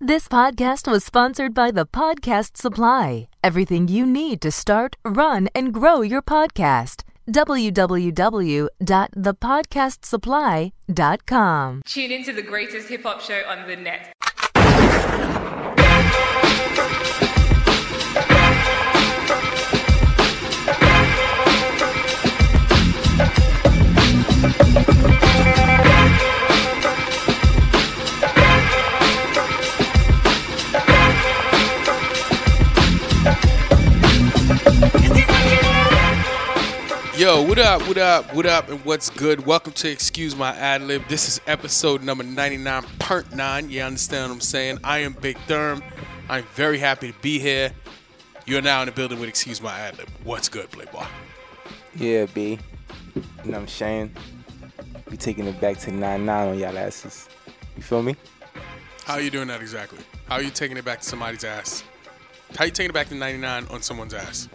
This podcast was sponsored by The Podcast Supply. Everything you need to start, run, and grow your podcast. www.thepodcastsupply.com. Tune into the greatest hip hop show on the net. Yo, what up, what up, what up, and what's good? Welcome to Excuse My Ad Lib. This is episode number 99, part 9. You understand what I'm saying? I am Big Therm. I'm very happy to be here. You're now in the building with Excuse My Ad Lib. What's good, Playboy? Yeah, B. You know what I'm saying? We taking it back to 9 9 on y'all asses. You feel me? How are you doing that exactly? How are you taking it back to somebody's ass? How you taking it back to 99 on someone's ass?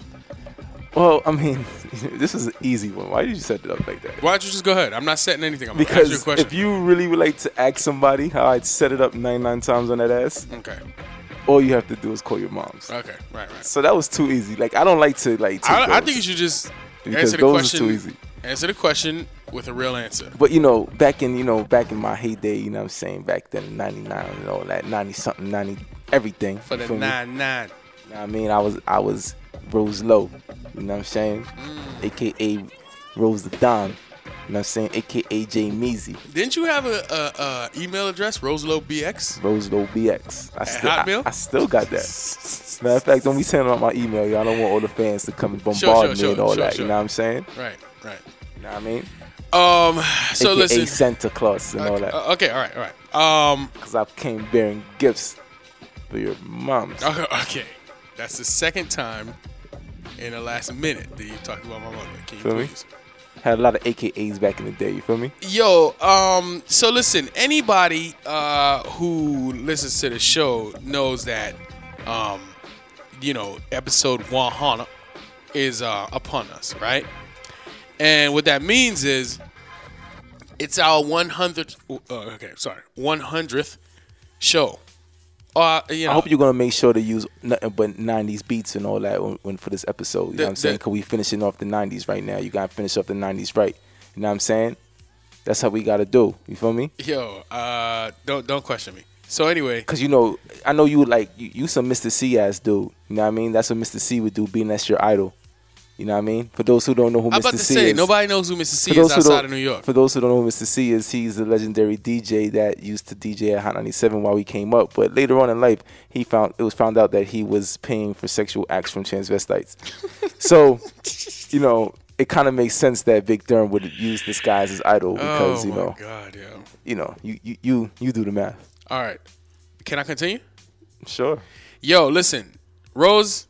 Well, I mean, this is an easy one. Why did you set it up like that? Why don't you just go ahead? I'm not setting anything. I'm gonna ask you a Because question. if you really would like to ask somebody how I'd set it up 99 times on that ass, okay, all you have to do is call your moms. okay, right, right. So that was too easy. Like, I don't like to, like, take I, I those. think you should just Because answer the those is question. too easy. Answer the question with a real answer. But you know, back in you know, back in my heyday, you know what I'm saying, back then '99 and all that, '90 something, '90 everything. For you the feel me? nine nine. Know what I mean, I was I was Rose Low, you know what I'm saying? Mm. AKA Rose the Don. You know what I'm saying? AKA J Meezy. Didn't you have a, a, a email address, RoseloBX? Rose Low BX. I still I, Hotmail? I still got that. Matter of fact, don't be sending out my email, y'all don't want all the fans to come and bombard Sure, sure, me sure, and all sure, that. sure. You know what I'm saying? Right, right. You know what I mean? Um, so AKA listen. Santa Claus and all Okay, that. uh, okay, all right, all right. Um, Cause I came bearing gifts for your moms. okay, okay. That's the second time in the last minute that you talked about my mother. Can you Feel me? please? Had a lot of AKAs back in the day, you feel me? Yo, um, so listen, anybody uh, who listens to the show knows that, um, you know, episode 100 is uh, upon us, right? And what that means is it's our 100th, uh, okay, sorry, 100th show. Uh, you know, I hope you're gonna make sure to use nothing but '90s beats and all that when, when for this episode. You know The- what I'm saying? the- Cause we finishing off the '90s right now. You gotta finish off the '90s right. You know what I'm saying? That's how we gotta do. You feel me? yo, uh, don't don't question me. So anyway, Cause you know, I know you like you, you some Mr. C ass dude. You know what I mean? That's what Mr. C would do, being that's your idol. You know what I mean? For those who don't know who I'm Mr. about to C say is, nobody knows who Mr. for C those is who outside don't- of New York. For those who don't know who Mr. C is, he's the legendary DJ that used to DJ at Hot 97 while we came up. But later on in life, he found it was found out that he was paying for sexual acts from transvestites. so, you know, it kind of makes sense that Big Durham would use this guy as his idol because oh you my know, god, yo. you know, you you you you do the math. All right. Can I continue? Sure. Yo, listen, Rose,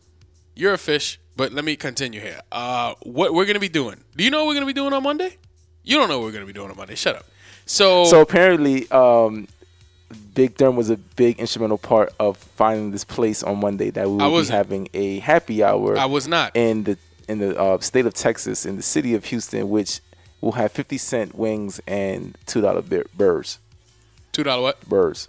you're a fish, but let me continue here. Uh, what we're gonna be doing? Do you know what we're gonna be doing on Monday? You don't know what we're gonna be doing on Monday. Shut up. So, So apparently, um, Big Durham was a big instrumental part of finding this place on Monday that we I would be wasn't. having a happy hour. I was not. in the in the uh, state of Texas in the city of Houston, which will have fifty cent wings and two dollar bir- burrs. Two dollar what? Burrs.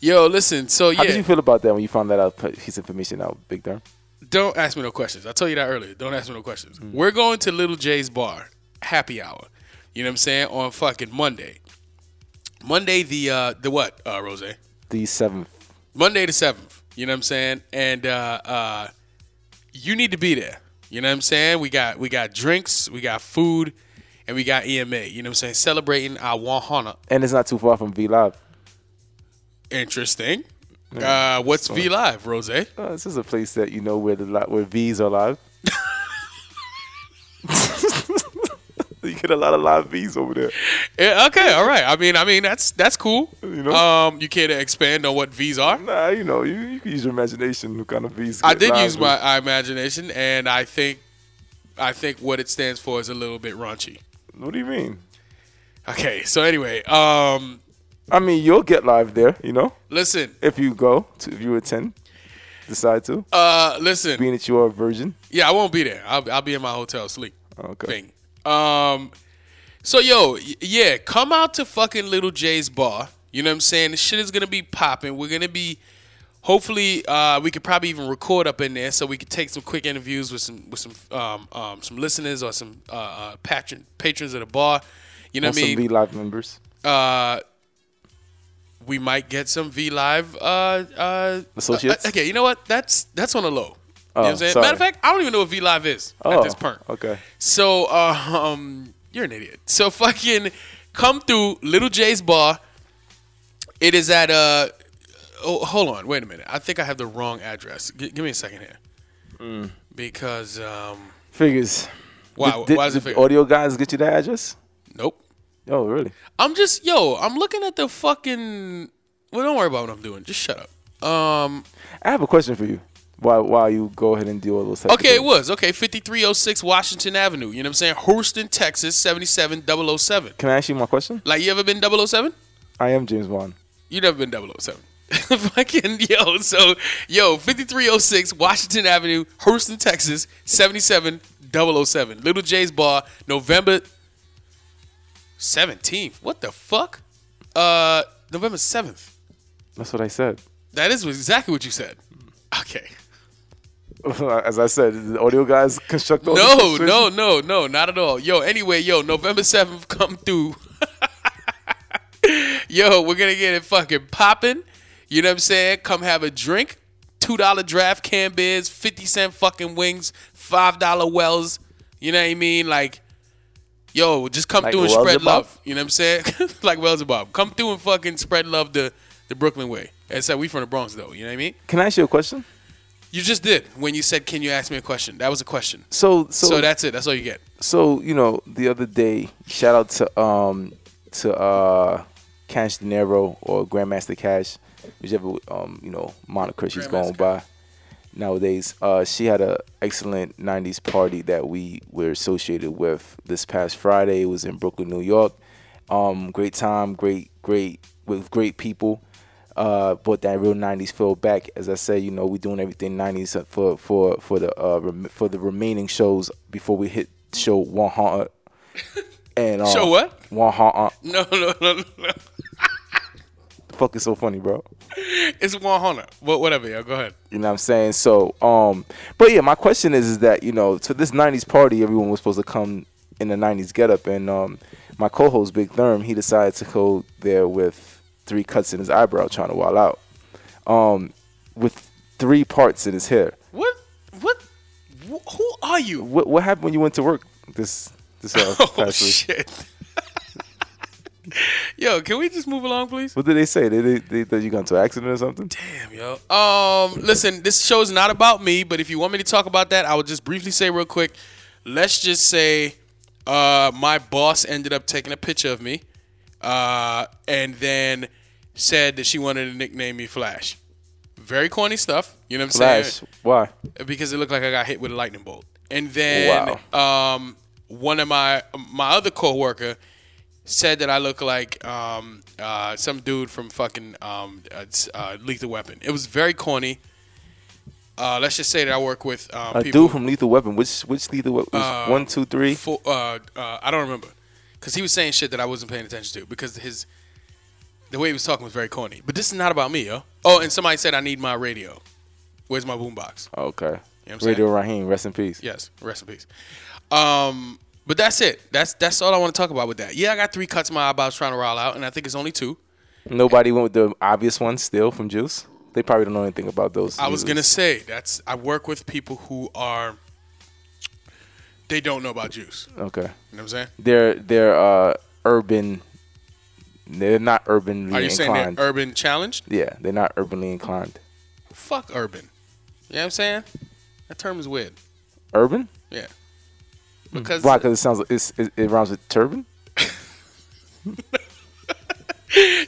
Yo, listen. So How did you yeah, feel about that when you found that out? Put his information out, Big Durham. don't ask me no questions. I told you that earlier. Don't ask me no questions. Mm. We're going to Little J's bar happy hour. You know what I'm saying? On fucking Monday. Monday the uh the what? Uh, Rose. The seventh. Monday the seventh. You know what I'm saying? And uh, uh, you need to be there. You know what I'm saying? We got we got drinks, we got food, and we got EMA. You know what I'm saying? Celebrating our 100. And it's not too far from V Live. Interesting. Uh, what's V Live, Rose? Uh, this is a place that you know where the li- where V's are live. you get a lot of live V's over there. Yeah, okay, all right. I mean, I mean that's that's cool. You know? um, you care to expand on what V's are? Nah, you know, you, you can use your imagination. What kind of V's? I get did live use my uh, imagination, and I think I think what it stands for is a little bit raunchy. What do you mean? Okay, so anyway, um, I mean, you'll get live there. You know. listen, if you go to if you attend decide to uh, listen. being that you are a virgin Yeah, I won't be there. I'll, I'll be in my hotel sleep. Okay. Thing. Um. So yo, y- yeah, come out to fucking Little J's bar. You know what I'm saying? This shit is gonna be popping. We're gonna be Hopefully, uh, we could probably even record up in there so we could take some quick interviews with some with some um, um, some listeners or some uh, uh, patron patrons of the bar. You know Want what I some mean? V Live members. uh, we might get some V Live uh, uh, Associates? uh, okay, you know what? That's that's on the low. you know what I'm Oh, saying? sorry. Matter of fact, I don't even know what V Live is at Oh, this point. okay. So uh, um, you're an idiot. So fucking come through Little J's bar. It is at uh. Oh, hold on. Wait a minute. I think I have the wrong address. G- give me a second here. Because um. Figures. Why? Did- why is it? did figured- audio guys get you that address? nope. Oh, really? I'm just yo. I'm looking at the fucking. Well, don't worry about what I'm doing. Just shut up. Um. I have a question for you. While while you go ahead and do all those. types of Okay, it things. was okay. 5306 Washington Avenue. You know what I'm saying? Houston, Texas, 77007. Can I ask you my question? Like you ever been 007? I am James Bond. You never been 007. Fucking yo. So yo, 5306 Washington Avenue, Houston, Texas, 77007. Little J's Bar, November 17th. What the fuck? Uh, November 7th. That's what I said. That is exactly what you said. Okay. As I said, the audio guys construct. All No, these no, no, no, not at all. Yo, anyway, yo, November 7th, come through. yo, we're going to get it fucking popping. You know what I'm saying? Come have a drink. $2 draft can beers, 50 cent fucking wings, $5 wells. You know what I mean? Like, yo, just come Like through and spread Welzabub? love. You know what I'm saying? like Welzabub. Come through and fucking spread love the, the Brooklyn way. Except we from the Bronx, though. You know what I mean? Can I ask you a question? You just did when you said, "Can you ask me a question?" That was a question. So so So, that's it. That's all you get. so you know the other day, shout out to um to uh Cash De Niro or Grandmaster Cash, whichever um you know moniker she's going Grandmaster by nowadays. Uh, she had a excellent '90s party that we were associated with this past Friday. It was in Brooklyn, New York. Um, great time, great great with great people. Uh, brought that real '90s feel back. As I said, you know, we're doing everything '90s for for for the uh, rem- for the remaining shows before we hit show 100. And uh, Show what? 100. No, no, no, no. no. Fuck is so funny, bro. It's one hundred. But whatever, yo. Go ahead. You know what I'm saying? So, um, but yeah, my question is, is that you know, to this '90s party, everyone was supposed to come in the '90s getup, and um, my co-host Big Therm, he decided to go there with three cuts in his eyebrow, trying to wild out, um, with three parts in his hair. What? What? wh- Who are you? What what happened when you went to work this this uh, Oh past week? shit. yo, can we just move along, please? What did they say? Did they, they thought you got into an accident or something? Damn, yo. Um, listen, this show is not about me, but if you want me to talk about that, I will just briefly say real quick. Let's just say, uh, my boss ended up taking a picture of me, uh, and then said that she wanted to nickname me Flash. Very corny stuff. You know what I'm saying? Flash. Why? because it looked like I got hit with a lightning bolt. And then um, one of my my other coworker said that I look like um, uh, some dude from fucking um, uh, s- uh, Lethal Weapon. It was very corny. Uh, let's just say that I work with um, A people. dude from Lethal Weapon. Which which Lethal Weapon? one, two, three. Fo- uh, uh, I don't remember because he was saying shit that I wasn't paying attention to because his the way he was talking was very corny. But this is not about me, yo. Oh, and somebody said I need my radio. Where's my boombox? Okay. I'm saying? Radio Raheem, rest in peace. Yes, rest in peace. Um, but that's it. That's that's all I want to talk about with that. Yeah, I got three cuts in my eyebrows trying to roll out, and I think it's only two. Nobody went with the obvious ones still from Juice. They probably don't know anything about those. I was gonna users. say that's I work with people who are they don't know about juice. You know Okay. what I'm saying? They're they're uh urban. They're not urbanly Are you saying inclined. they're urban challenged? yeah, they're not urbanly inclined. Fuck urban. You know what I'm saying? That term is weird. Urban? Yeah. Hmm. Because Why? Because it sounds it's, it, it rhymes with turban.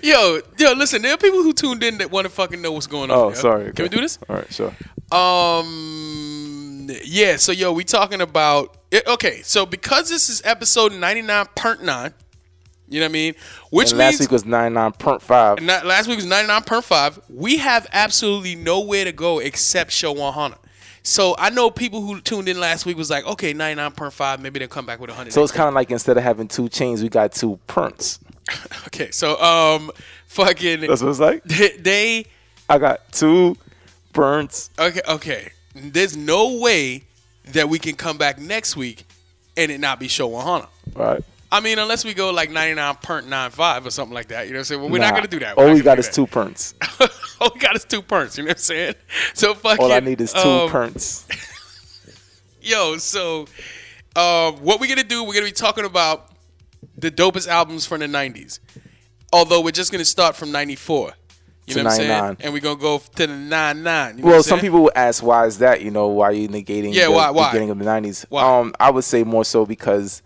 yo, yo, listen, there are people who tuned in that want to fucking know what's going on. Oh, yo. sorry. Can we okay. do this? All right, sure. Um. Yeah. So yo, we talking about it, okay. So because this is episode ninety nine point nine, you know what I mean. Which And means last week was ninety nine point five. not, last week was ninety nine point five. We have absolutely nowhere to go except show one hundred. So I know people who tuned in last week was like, okay, ninety nine point five. Maybe they'll come back with hundred. So it's kind of like instead of having two chains, we got two prints. okay. So um, fucking That's what it's like. they, they I got two burns. Okay, okay. There's no way that we can come back next week and it not be show Hana. All right. I mean, unless we go like 99.95 or something like that. You know what I'm saying? Well, we're not Nah. going to do that. We're All not we gonna got do is that. two perns. All we got is two perks. You know what I'm saying? So fucking. All I need is two um, perns. Yo, so uh, what we're gonna do? We're gonna be talking about the dopest albums from the '90s. Although we're just gonna start from '94. You To know what I'm 99. saying? And we're gonna go to the nine nine. Well, some people will ask, why is that? You know, why are you negating Yeah, the why- why? beginning of the 90s? Why? Um, I would say more so because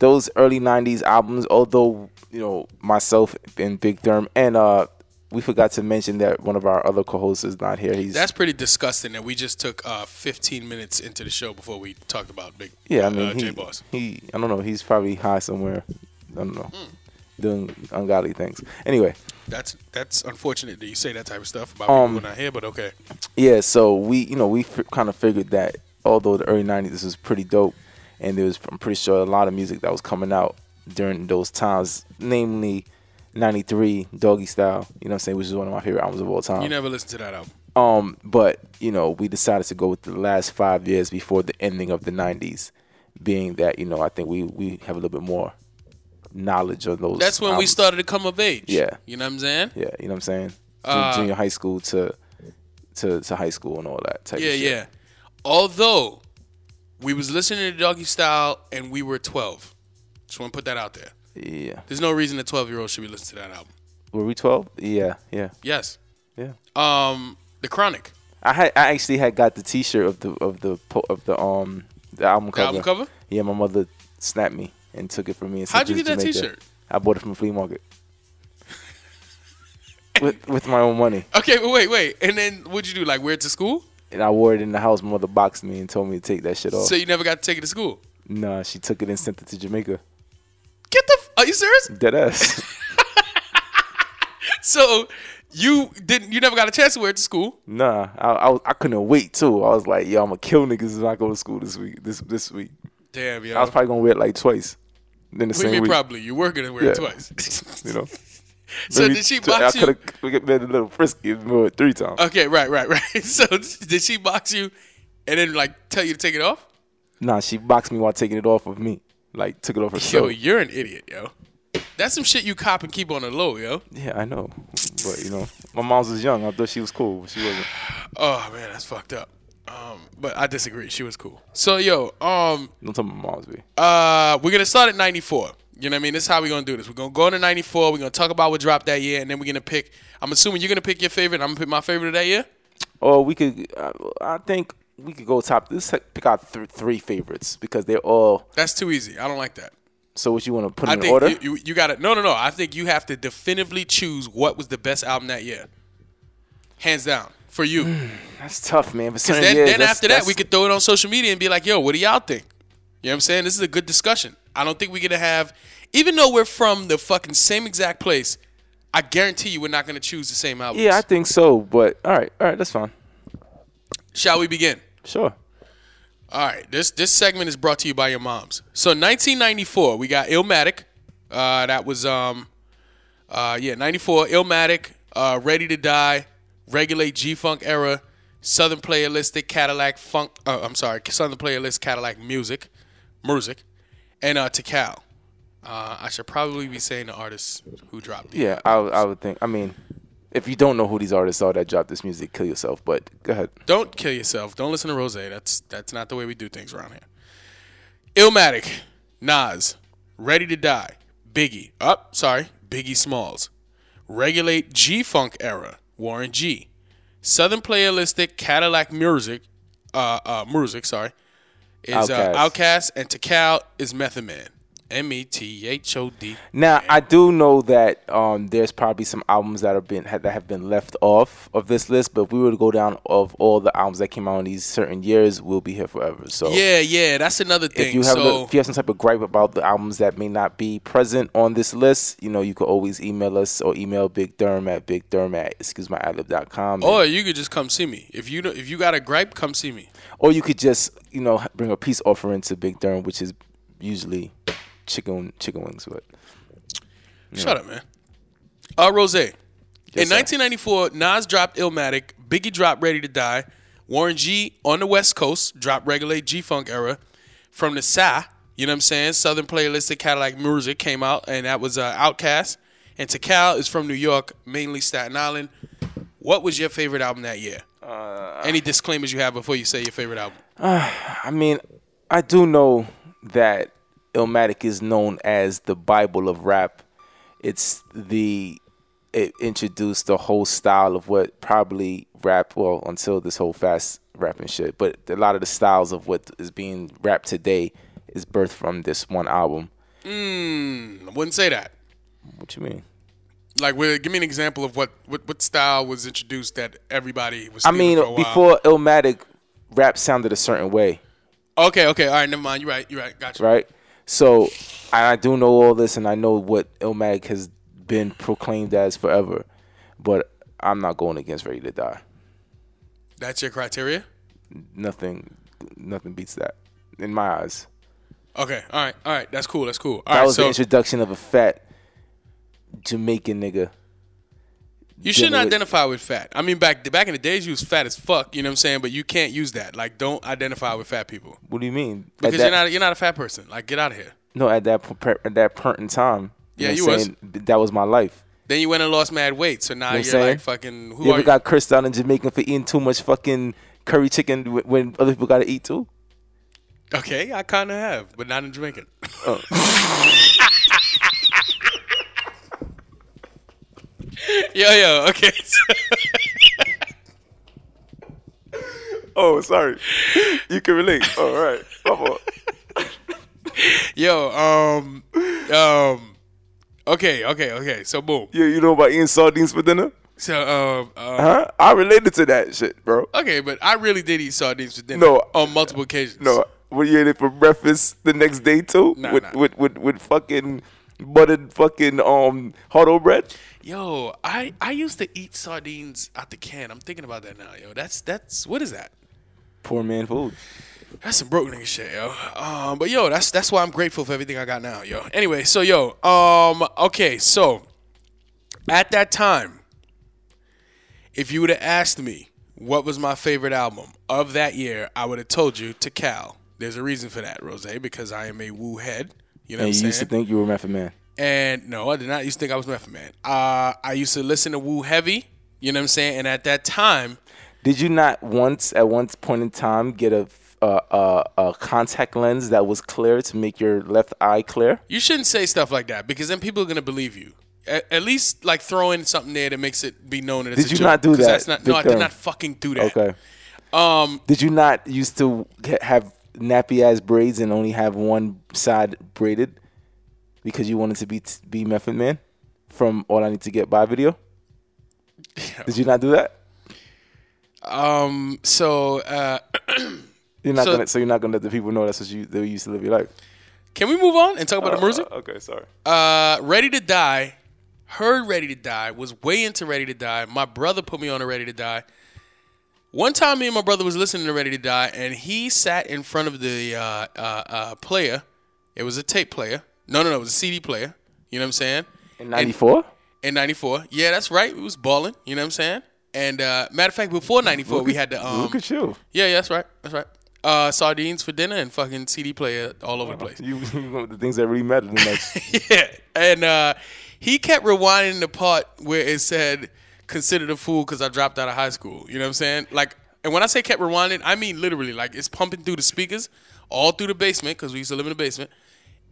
those early 90s albums, although, you know, myself and Big Therm, and uh, we forgot to mention that one of our other co hosts is not here. He's That's pretty disgusting that we just took uh, 15 minutes into the show before we talked about Big Yeah, I mean, uh, he, J Boss. he, I don't know, he's probably high somewhere. I don't know, Hmm. doing ungodly things. Anyway, That's that's unfortunate that you say that type of stuff about Um, people not here, but okay. yeah, so we, you know, we f- kind of figured that although the early '90s was pretty dope, and there was, I'm pretty sure, a lot of music that was coming out during those times, namely '93, Doggy Style. You know, what I'm saying, which is one of my favorite albums of all time. You never listened to that album. Um, but you know, we decided to go with the last five years before the ending of the '90s, being that you know, I think we we have a little bit more knowledge on those. That's when we albums. started to come of age. Yeah. You know what I'm saying? Yeah, you know what I'm saying. Ju- Uh, Junior high school to to to high school and all that type. Yeah, of shit. yeah. Although we was listening to Doggy Style and we were 12. Just want to put that out there. yeah. There's no reason a 12 year old should be listening to that album. Were we 12? Yeah, yeah, Yes. yeah. Um, The Chronic, I had I actually had got the T-shirt of the of the po- of the um the album the cover. album cover. Yeah, my mother snapped me and took it from me. And said, How'd you "This get that is Jamaica." T-shirt? I bought it from a flea market. with with my own money, Okay, but wait, wait. And then what'd you do? Like wear it to school? and I wore it in the house. My mother boxed me and told me to take that shit off. So you never got to take it to school? nah, she took it and sent it to Jamaica. Get the. F- Are you serious? Dead ass. So you didn't. You never got a chance to wear it to school. Nah, I, I was- I couldn't wait too. I was like, yo, I'm gonna kill niggas if I go to school this week. This this week, Damn, yo. I was probably gonna wear it like twice in the what do you same mean week. probably? You were gonna wear it Yeah. twice. You know. so Maybe did she t- box I you? Uh, could have been a little frisky and do it three times. Okay, right, right, right. So did she box you, and then like tell you to take it off? nah, she boxed me while taking it off of me. Like took it off Yo, herself. you're an idiot, yo. That's some shit you cop and keep on the low, yo. yeah, I know, but you know, my mom's was young. I thought she was cool, but she wasn't. Oh man, that's fucked up. Um, but I disagree. She was cool. So yo, um, Don't tell my mom's be. uh, we're gonna start at '94. You know what I mean? This is how we're gonna do this. We're gonna go into '94. We're gonna talk about what dropped that year, and then we're gonna pick. I'm assuming you're gonna pick your favorite. I'm gonna pick my favorite of that year. Or we could, uh, I think we could go top. Let's pick out th- three favorites because they're all. That's too easy. I don't like that. So what you want to put I in order? think you, you, you got to No, no, no. I think you have to definitively choose what was the best album that year, hands down for you. that's tough, man. But certain then Hmm. years, then that's- after that, we that's- could throw it on social media and be like, "Yo, what do y'all think?" You know what I'm saying? This is a good discussion. I don't think we're gonna have, even though we're from the fucking same exact place. I guarantee you, we're not gonna choose the same albums. Yeah, I think so. But all right, all right, that's fine. Shall we begin? Sure. All right, this this segment is brought to you by your moms. So 1994, we got Illmatic. Uh, that was um, uh, yeah, 94 Illmatic, uh, Ready to Die, Regulate G Funk era, Southern Playalistic Cadillac Funk. Uh, I'm sorry, Southern Playlist Cadillac Music, music, and uh, Tikal. Uh, I should probably be saying the artists who dropped it. Yeah, I, I would think. I mean, if you don't know who these artists are that dropped this music, kill yourself. But go ahead. Don't kill yourself. Don't listen to Rose. That's that's not the way we do things around here. Illmatic, Nas, Ready to Die, Biggie. Up, sorry, Biggie Smalls. Regulate G Funk era, Warren G. Southern Playalistic Cadillac Music, uh, uh, music, sorry, is Outkast. uh, Outcast, and Takal is Method Man. M E T H O D. Now I do know that um, there's probably some albums that have been that have been left off of this list. But if we were to go down of all the albums that came out in these certain years, we'll be here forever. So Yeah, yeah, that's another thing. Oh. if you have so, the- if you have some type of gripe about the albums that may not be present on this list, you know you could always email us or email Big Derm at Big Derm at excuse my adlib.com. or you could just come see me. If you don't- if you got a gripe, come see me. Or you could just, you know, bring a peace offering to Big Durham, which is usually chicken chicken wings. But Shut up, man. Uh, Rose, Yes, in sir. 1994, Nas dropped Illmatic, Biggie dropped Ready to Die, Warren G on the West Coast dropped Regulate G Funk Era. From the Sa, you know what I'm saying? Southern playlist of Cadillac Music came out, and that was uh, Outcast. And Takal is from New York, mainly Staten Island. What was your favorite album that year? Any disclaimers you have before you say your favorite album? I mean, I do know that Illmatic is known as the Bible of rap. It's the it introduced the whole style of what probably rap well until this whole fast rapping shit, but a lot of the styles of what is being rapped today is birthed from this one album. I wouldn't say that. What you mean? Like, well, give me an example of what, what, what style was introduced that everybody was. I stealing mean, for a while. before Illmatic, rap sounded a certain way. Okay, okay, all right, never mind. You're right. You're right. Gotcha. right? So I, I do know all this, and I know what Illmatic has been proclaimed as forever, but I'm not going against Ready to Die. That's your criteria. Nothing, nothing beats that in my eyes. Okay, all right, all right. That's cool. That's cool. All That right, was the so introduction of a fat Jamaican nigga. you shouldn't with- identify with fat. I mean, back back in the days, you was fat as fuck. You know what I'm saying? But you can't use that. Like, don't identify with fat people What do you mean? At because that- you're not you're not a fat person. Like, get out of here. no at that p- at that point in time. Yeah, know you what I'm was. saying? That was my life. Then you went and lost mad weight, so now you are You know what I'm saying? like fucking. Who you are ever you? got cursed out in Jamaica for eating too much fucking curry chicken wh- when other people got to eat too? okay, I kind of have, but not in Jamaican. Oh. yo, yo. Okay. Oh, sorry. You can relate. All right. yo. Um. Um. Okay. Okay. Okay. So boom. Yeah, you know about eating sardines for dinner? So um. um Huh? I related to that shit, bro. Okay, but I really did eat sardines for dinner. No. on multiple occasions. No, when you ate it for breakfast the next day too, Nah, with, nah. with with with fucking buttered fucking um hard bread. yo, I I used to eat sardines out the can. I'm thinking about that now, yo. That's that's what is that? Poor man food. That's some broke nigga shit, yo. Um, but yo, that's that's why I'm grateful for everything I got now, yo. Anyway, so yo, um, okay, so at that time, if you would have asked me what was my favorite album of that year, I would have told you to Cal. There's a reason for that, Rose, because I am a woo head. You know And what I'm saying? you used to think you were Method Man. And no, I did not used to think I was Method Man. Uh, I used to listen to Woo Heavy. You know what I'm saying? And at that time, Did you not once at one point in time get a uh, uh, a contact lens that was clear to make your left eye clear? you shouldn't say stuff like that because then people are gonna believe you. At, at least like throw in something there that makes it be known that it's a Did you joke, not do 'cause that, That's not, no, Big I did Thumb? not fucking do that. Okay. Um, did you not used to ha- have nappy ass braids and only have one side braided because you wanted to be t- be Method Man from All I Need to Get By video? Did you not do that? Um. So uh, You're not So- gonna, so you're not gonna let the people know that's what you that you used to live your life. can we move on and talk about the music? Uh, okay, sorry. Uh, Ready to Die, heard Ready to Die, was way into Ready to Die. My brother put me on to Ready to Die. One time, me and my brother was listening to Ready to Die, and he sat in front of the uh, uh, uh, player. It was a tape player. No, no, no, it was a CD player. You know what I'm saying? In '94. In '94, yeah, that's right. We was balling. You know what I'm saying? And uh, matter of fact, before '94, we had the um, Look at you. yeah, yeah, that's right, that's right. Uh, sardines for dinner and fucking CD player all over the place. You, you know the things that really matter. And like, Yeah, and uh, he kept rewinding the part where it said, "Considered a fool because I dropped out of high school." You know what I'm saying? Like, and when I say kept rewinding, I mean literally, like it's pumping through the speakers, all through the basement because we used to live in the basement.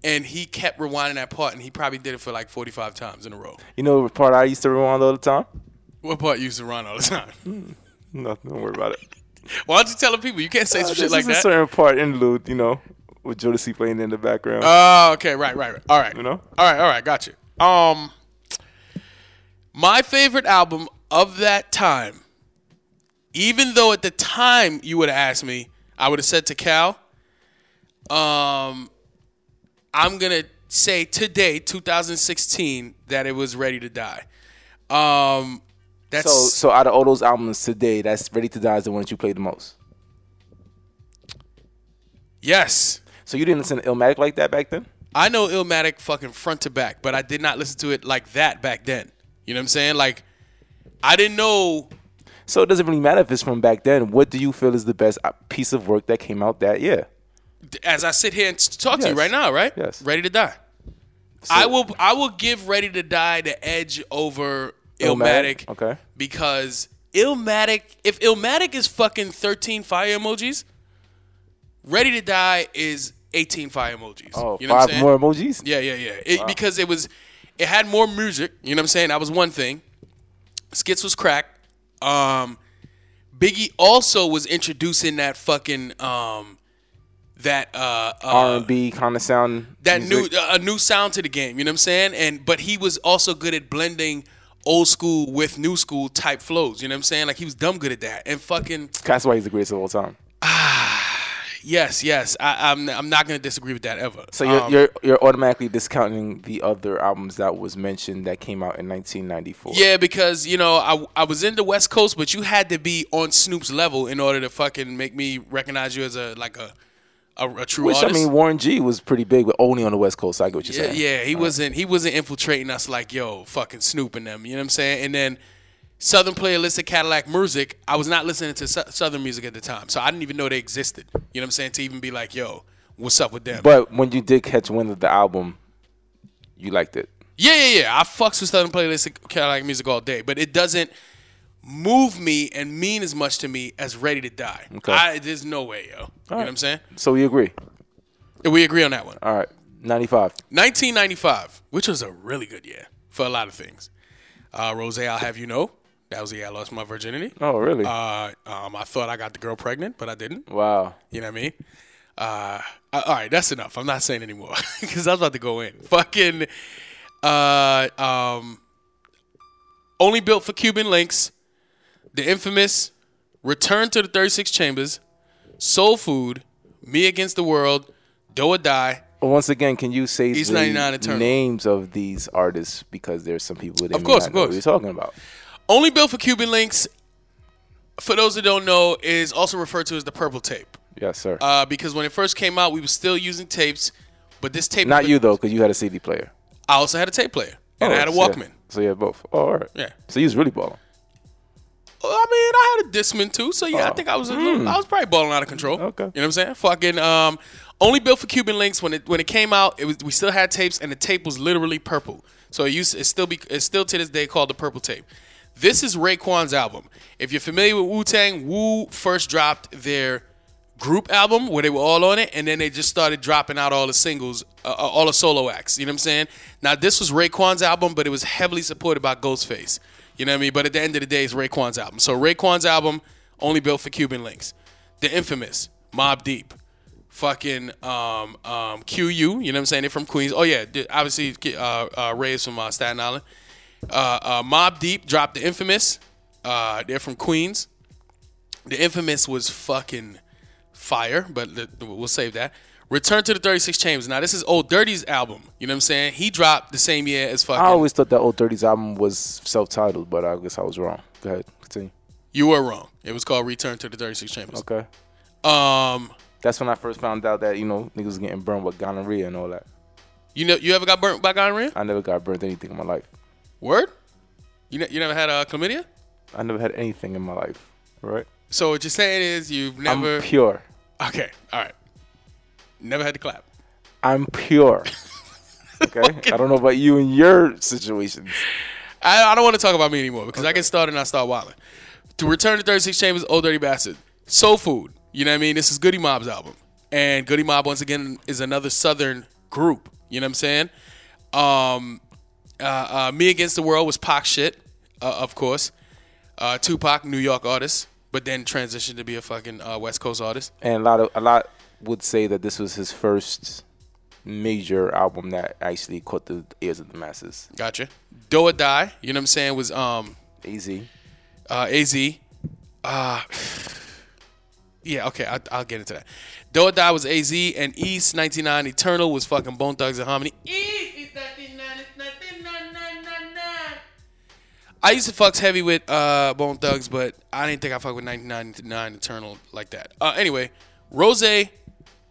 And he kept rewinding that part, and he probably did it for like 45 times in a row. you know the part I used to rewind all the time. What part you used to run all the time? Nothing. Don't worry about it. Why don't you tell the people? You can't say some Uh, this shit like is a that. certain part interlude, you know, with Jodeci playing in the background. Oh, okay, right, right, right. All right. You know? All right, all right, gotcha. Um my favorite album of that time, even though at the time you would have asked me, I would have said to Cal, um I'm gonna say today, 2016, that it was ready to die. Um that's so, so out of all those albums today, that's Ready to Die is the one that you played the most. yes. So you didn't listen to Illmatic like that back then. I know Illmatic fucking front to back, but I did not listen to it like that back then. You know what I'm saying? Like I didn't know. So it doesn't really matter if it's from back then. What do you feel is the best uh, piece of work that came out that year? As I sit here and s- talk to you Yes. right now, right? Yes. Ready to die. I will. I will give Ready to Die the edge over Illmatic. Illmatic? Okay. Because Illmatic, if Illmatic is fucking thirteen fire emojis, Ready to Die is eighteen fire emojis. Oh, you know what I'm five saying? more emojis. Yeah, yeah, yeah. It, Because it was, it had more music. You know what I'm saying? That was one thing. Skits was crack. Um, Biggie also was introducing that fucking um, that uh, R uh and B kind of sound. that music. new a new sound to the game. You know what I'm saying? And but he was also good at blending old school with new school type flows. You know what I'm saying? Like he was dumb good at that. And fucking That's why he's the greatest of all time. yes, yes. I, I'm I'm not gonna disagree with that ever. So you're, Um, you're you're automatically discounting the other albums that was mentioned that came out in 1994. Yeah, because you know I, I was in the West Coast, but you had to be on Snoop's level in order to fucking make me recognize you as a like a a, a true Which I artist. mean, Warren G was pretty big, but only on the West Coast. So I get what you're yeah, saying. yeah, he wasn't he wasn't infiltrating us like yo fucking Snoop and them. You know what I'm saying? And then Southern player listed Cadillac music. I was not listening to sou- Southern music at the time, so I didn't even know they existed. You know what I'm saying? To even be like yo, what's up with them? But when you did catch wind of the album, you liked it. Yeah, yeah, yeah. I fucks with Southern playlist of Cadillac music all day, but it doesn't move me and mean as much to me as Ready to Die. Okay. I, there's no way, yo. you know what I'm saying? So we agree. We agree on that one. All right, 95. 1995, which was a really good year for a lot of things. Uh, Rose, I'll have you know, that was the year I lost my virginity. Oh, really? Uh, um, I thought I got the girl pregnant, but I didn't. wow. You know what I mean? Uh, uh, all right, that's enough. I'm not saying anymore because I was about to go in. Fucking, uh, um, only built for Cuban links, the infamous Return to the 36 Chambers, Soul Food, Me Against the World, Do or Die. Well, once again, can you say He's the 99 Eternal. names of these artists because there's some people that Of course, of know what course. you're talking about? Only built for Cuban links, for those that don't know, is also referred to as the purple tape. Yes, sir. Uh, because when it first came out, we were still using tapes, but this tape. Not you though, Oh, because you had a CD player. I also had a tape player and I had a so yeah. Walkman. So you had both. Oh, all right. Yeah. So you was really balling. Well, I mean, I had a Discman too, so yeah, I Oh. think I was a little, I was probably balling out of control. Okay. you know what I'm saying? Fucking um, only built for Cuban links when it when it came out, it was we still had tapes, and the tape was literally purple. So it used it still be it's still to this day called the purple tape. This is Raekwon's album. If you're familiar with Wu Tang, Wu first dropped their group album where they were all on it, and then they just started dropping out all the singles, uh, uh, all the solo acts. You know what I'm saying? Now this was Raekwon's album, but it was heavily supported by Ghostface. You know what I mean? But at the end of the day, it's Raekwon's album. So Raekwon's album only built for Cuban links. The infamous Mob Deep, fucking um, um, QU. You know what I'm saying? They're from Queens. Oh yeah, di- obviously uh, uh, Ray is from uh, Staten Island. Uh, uh, Mob Deep dropped the infamous. Uh, they're from Queens. The infamous was fucking fire, but the, we'll save that. Return to the 36 Chambers. Now this is Old Dirty's album. You know what I'm saying? He dropped the same year as fucking. I always thought that old 30s album was self-titled, but I guess I was wrong. Go ahead, continue. You were wrong. It was called Return to the 36 Chambers. Okay. Um, That's when I first found out that you know niggas was getting burned with gonorrhea and all that. you know, you ever got burnt by gonorrhea? I never got burned anything in my life. Word? You ne- you never had uh, chlamydia? I never had anything in my life. Right? So what you're saying is you've never. I'm pure. okay, all right. Never had to clap. I'm pure. Okay. I don't know about you and your situations. I, I don't want to talk about me anymore because I get started and I start wilding. To return to 36 Chambers, Old Dirty Bastard. Soul Food. You know what I mean? This is Goody Mob's album. And Goody Mob, once again, is another Southern group. You know what I'm saying? Um, uh, uh, me Against the World was Pac shit, uh, of course. Uh, Tupac, New York artist, but then transitioned to be a fucking uh, West Coast artist. And a lot of a lot would say that this was his first major album that actually caught the ears of the masses. Gotcha. Do or Die, you know what I'm saying, was um, Easy. uh, AZ. Uh, yeah, okay, I, I'll get into that. Do or Die was AZ, and East 99 Eternal was fucking Bone Thugs and Harmony. East 99 is 99. I used to fucks heavy with uh, Bone Thugs, but I didn't think I fucked with 99 Eternal like that. Uh, anyway, Rose,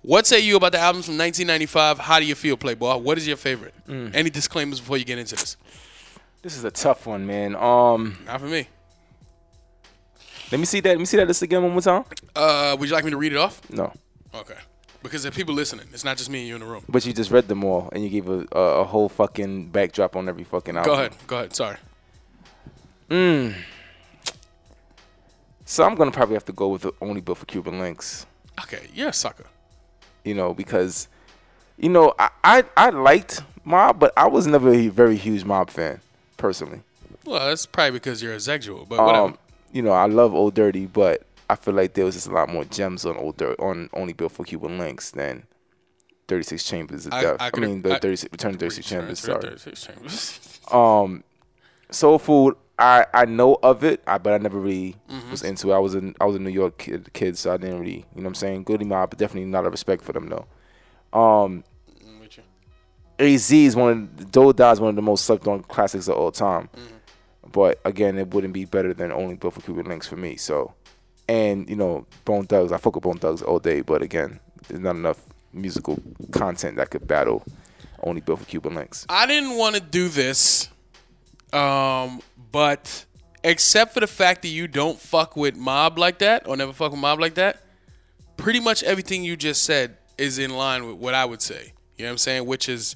what say you about the albums from 1995? How do you feel, Playboy? What is your favorite? Any disclaimers before you get into this? This is a tough one, man. Um, Not for me. Let me see that. Let me see that list again one more time. Uh, would you like me to read it off? No, Okay. Because there are people listening. It's not just me and you in the room. but you just read them all and you gave a, a, a whole fucking backdrop on every fucking album. Go ahead. Go ahead. Sorry. So I'm gonna probably have to go with only built for Cuban links. Okay. Yeah, sucker. you know, because you know, I, I I liked Mob, but I was never a very huge Mob fan personally. Well, that's probably because you're a sexual, but whatever. Um, you know, I love Old Dirty, but I feel like there was just a lot more gems on Old Dirty on Only Built for Cuban Links than 36 Chambers of I- Death. I I, could- mean, the I- 36 Return of 36 Chambers, sorry. Six chambers. Soul Food, I, I know of it, I, but I never really Mm-hmm. was into it. I was a, I was a New York kid, kid, so I didn't really, you know what I'm saying? Goody Mob, but definitely not a respect for them, though. I'm Mm, with you. AZ is one of Dole Die is one of the most slept on classics of all time. Mm-hmm. But again, it wouldn't be better than only Built for Cuban Links for me. So, and you know, Bone Thugs, I fuck with Bone Thugs all day, but again, there's not enough musical content that could battle only Built for Cuban Links. I didn't want to do this, um, but except for the fact that you don't fuck with mob like that or never fuck with mob like that, pretty much everything you just said is in line with what I would say. You know what I'm saying? Which is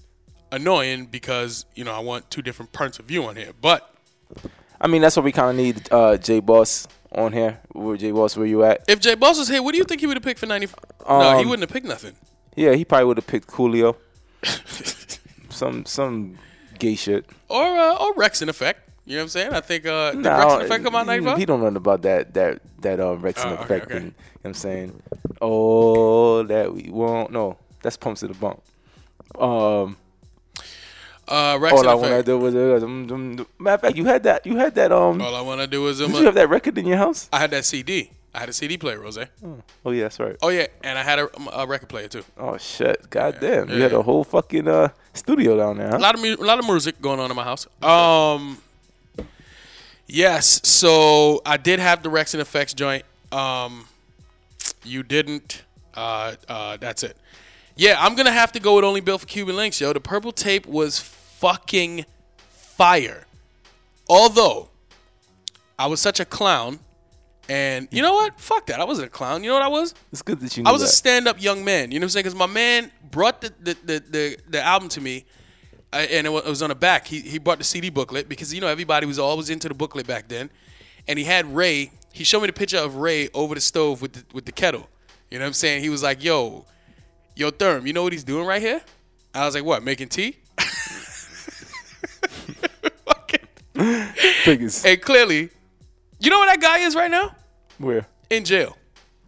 annoying because you know I want two different points of view on here. But I mean, that's what we kind of need. Uh, J Boss on here. Where J Boss, where you at? if Jay Boss was here, what do you think he would have picked for 90? no, he Um, wouldn't have picked nothing. Yeah, he probably would have picked Coolio. some some gay shit. Or uh, or Rex in effect. You know what I'm saying? I think uh, did Nah, Rex in effect come out he- 95? He don't know about that that that um Rex Oh, and okay, effect. okay. And, you know what I'm saying? Oh, that we won't. No, that's pumps to the bump. Um, Uh, Rex all in I want to effect. do was uh, dum, dum, dum. matter of fact, you had that. You had that. Um, All I want to do is um, did you have that record in your house? I had that CD. I had a CD player, Rose. Oh yeah, that's right. Oh yeah, and I had a, um, a record player too. Oh shit, goddamn, you had a whole fucking uh studio down there. A Huh? lot of mu- a lot of music going on in my house. Um, yes. So I did have the Rex and Effects joint. Um, you didn't. Uh, uh, that's it. Yeah, I'm gonna have to go with only built for Cuban links, yo. The purple tape was fucking fire. Although I was such a clown, and you know what? Fuck that. I wasn't a clown. You know what I was? It's good that you. Knew I was a that. stand up young man. You know what I'm saying? Because my man brought the the, the, the, the album to me, uh, and it wa- it was on the back. He, he brought the CD booklet because you know everybody was always into the booklet back then, and he had Ray. He showed me the picture of Ray over the stove with the, with the kettle. You know what I'm saying? He was like, "Yo, yo, Therm, you know what he's doing right here?" I was like, "What? Making tea?" Fucking- Figures. and clearly, you know what that guy is right now? Where? In jail.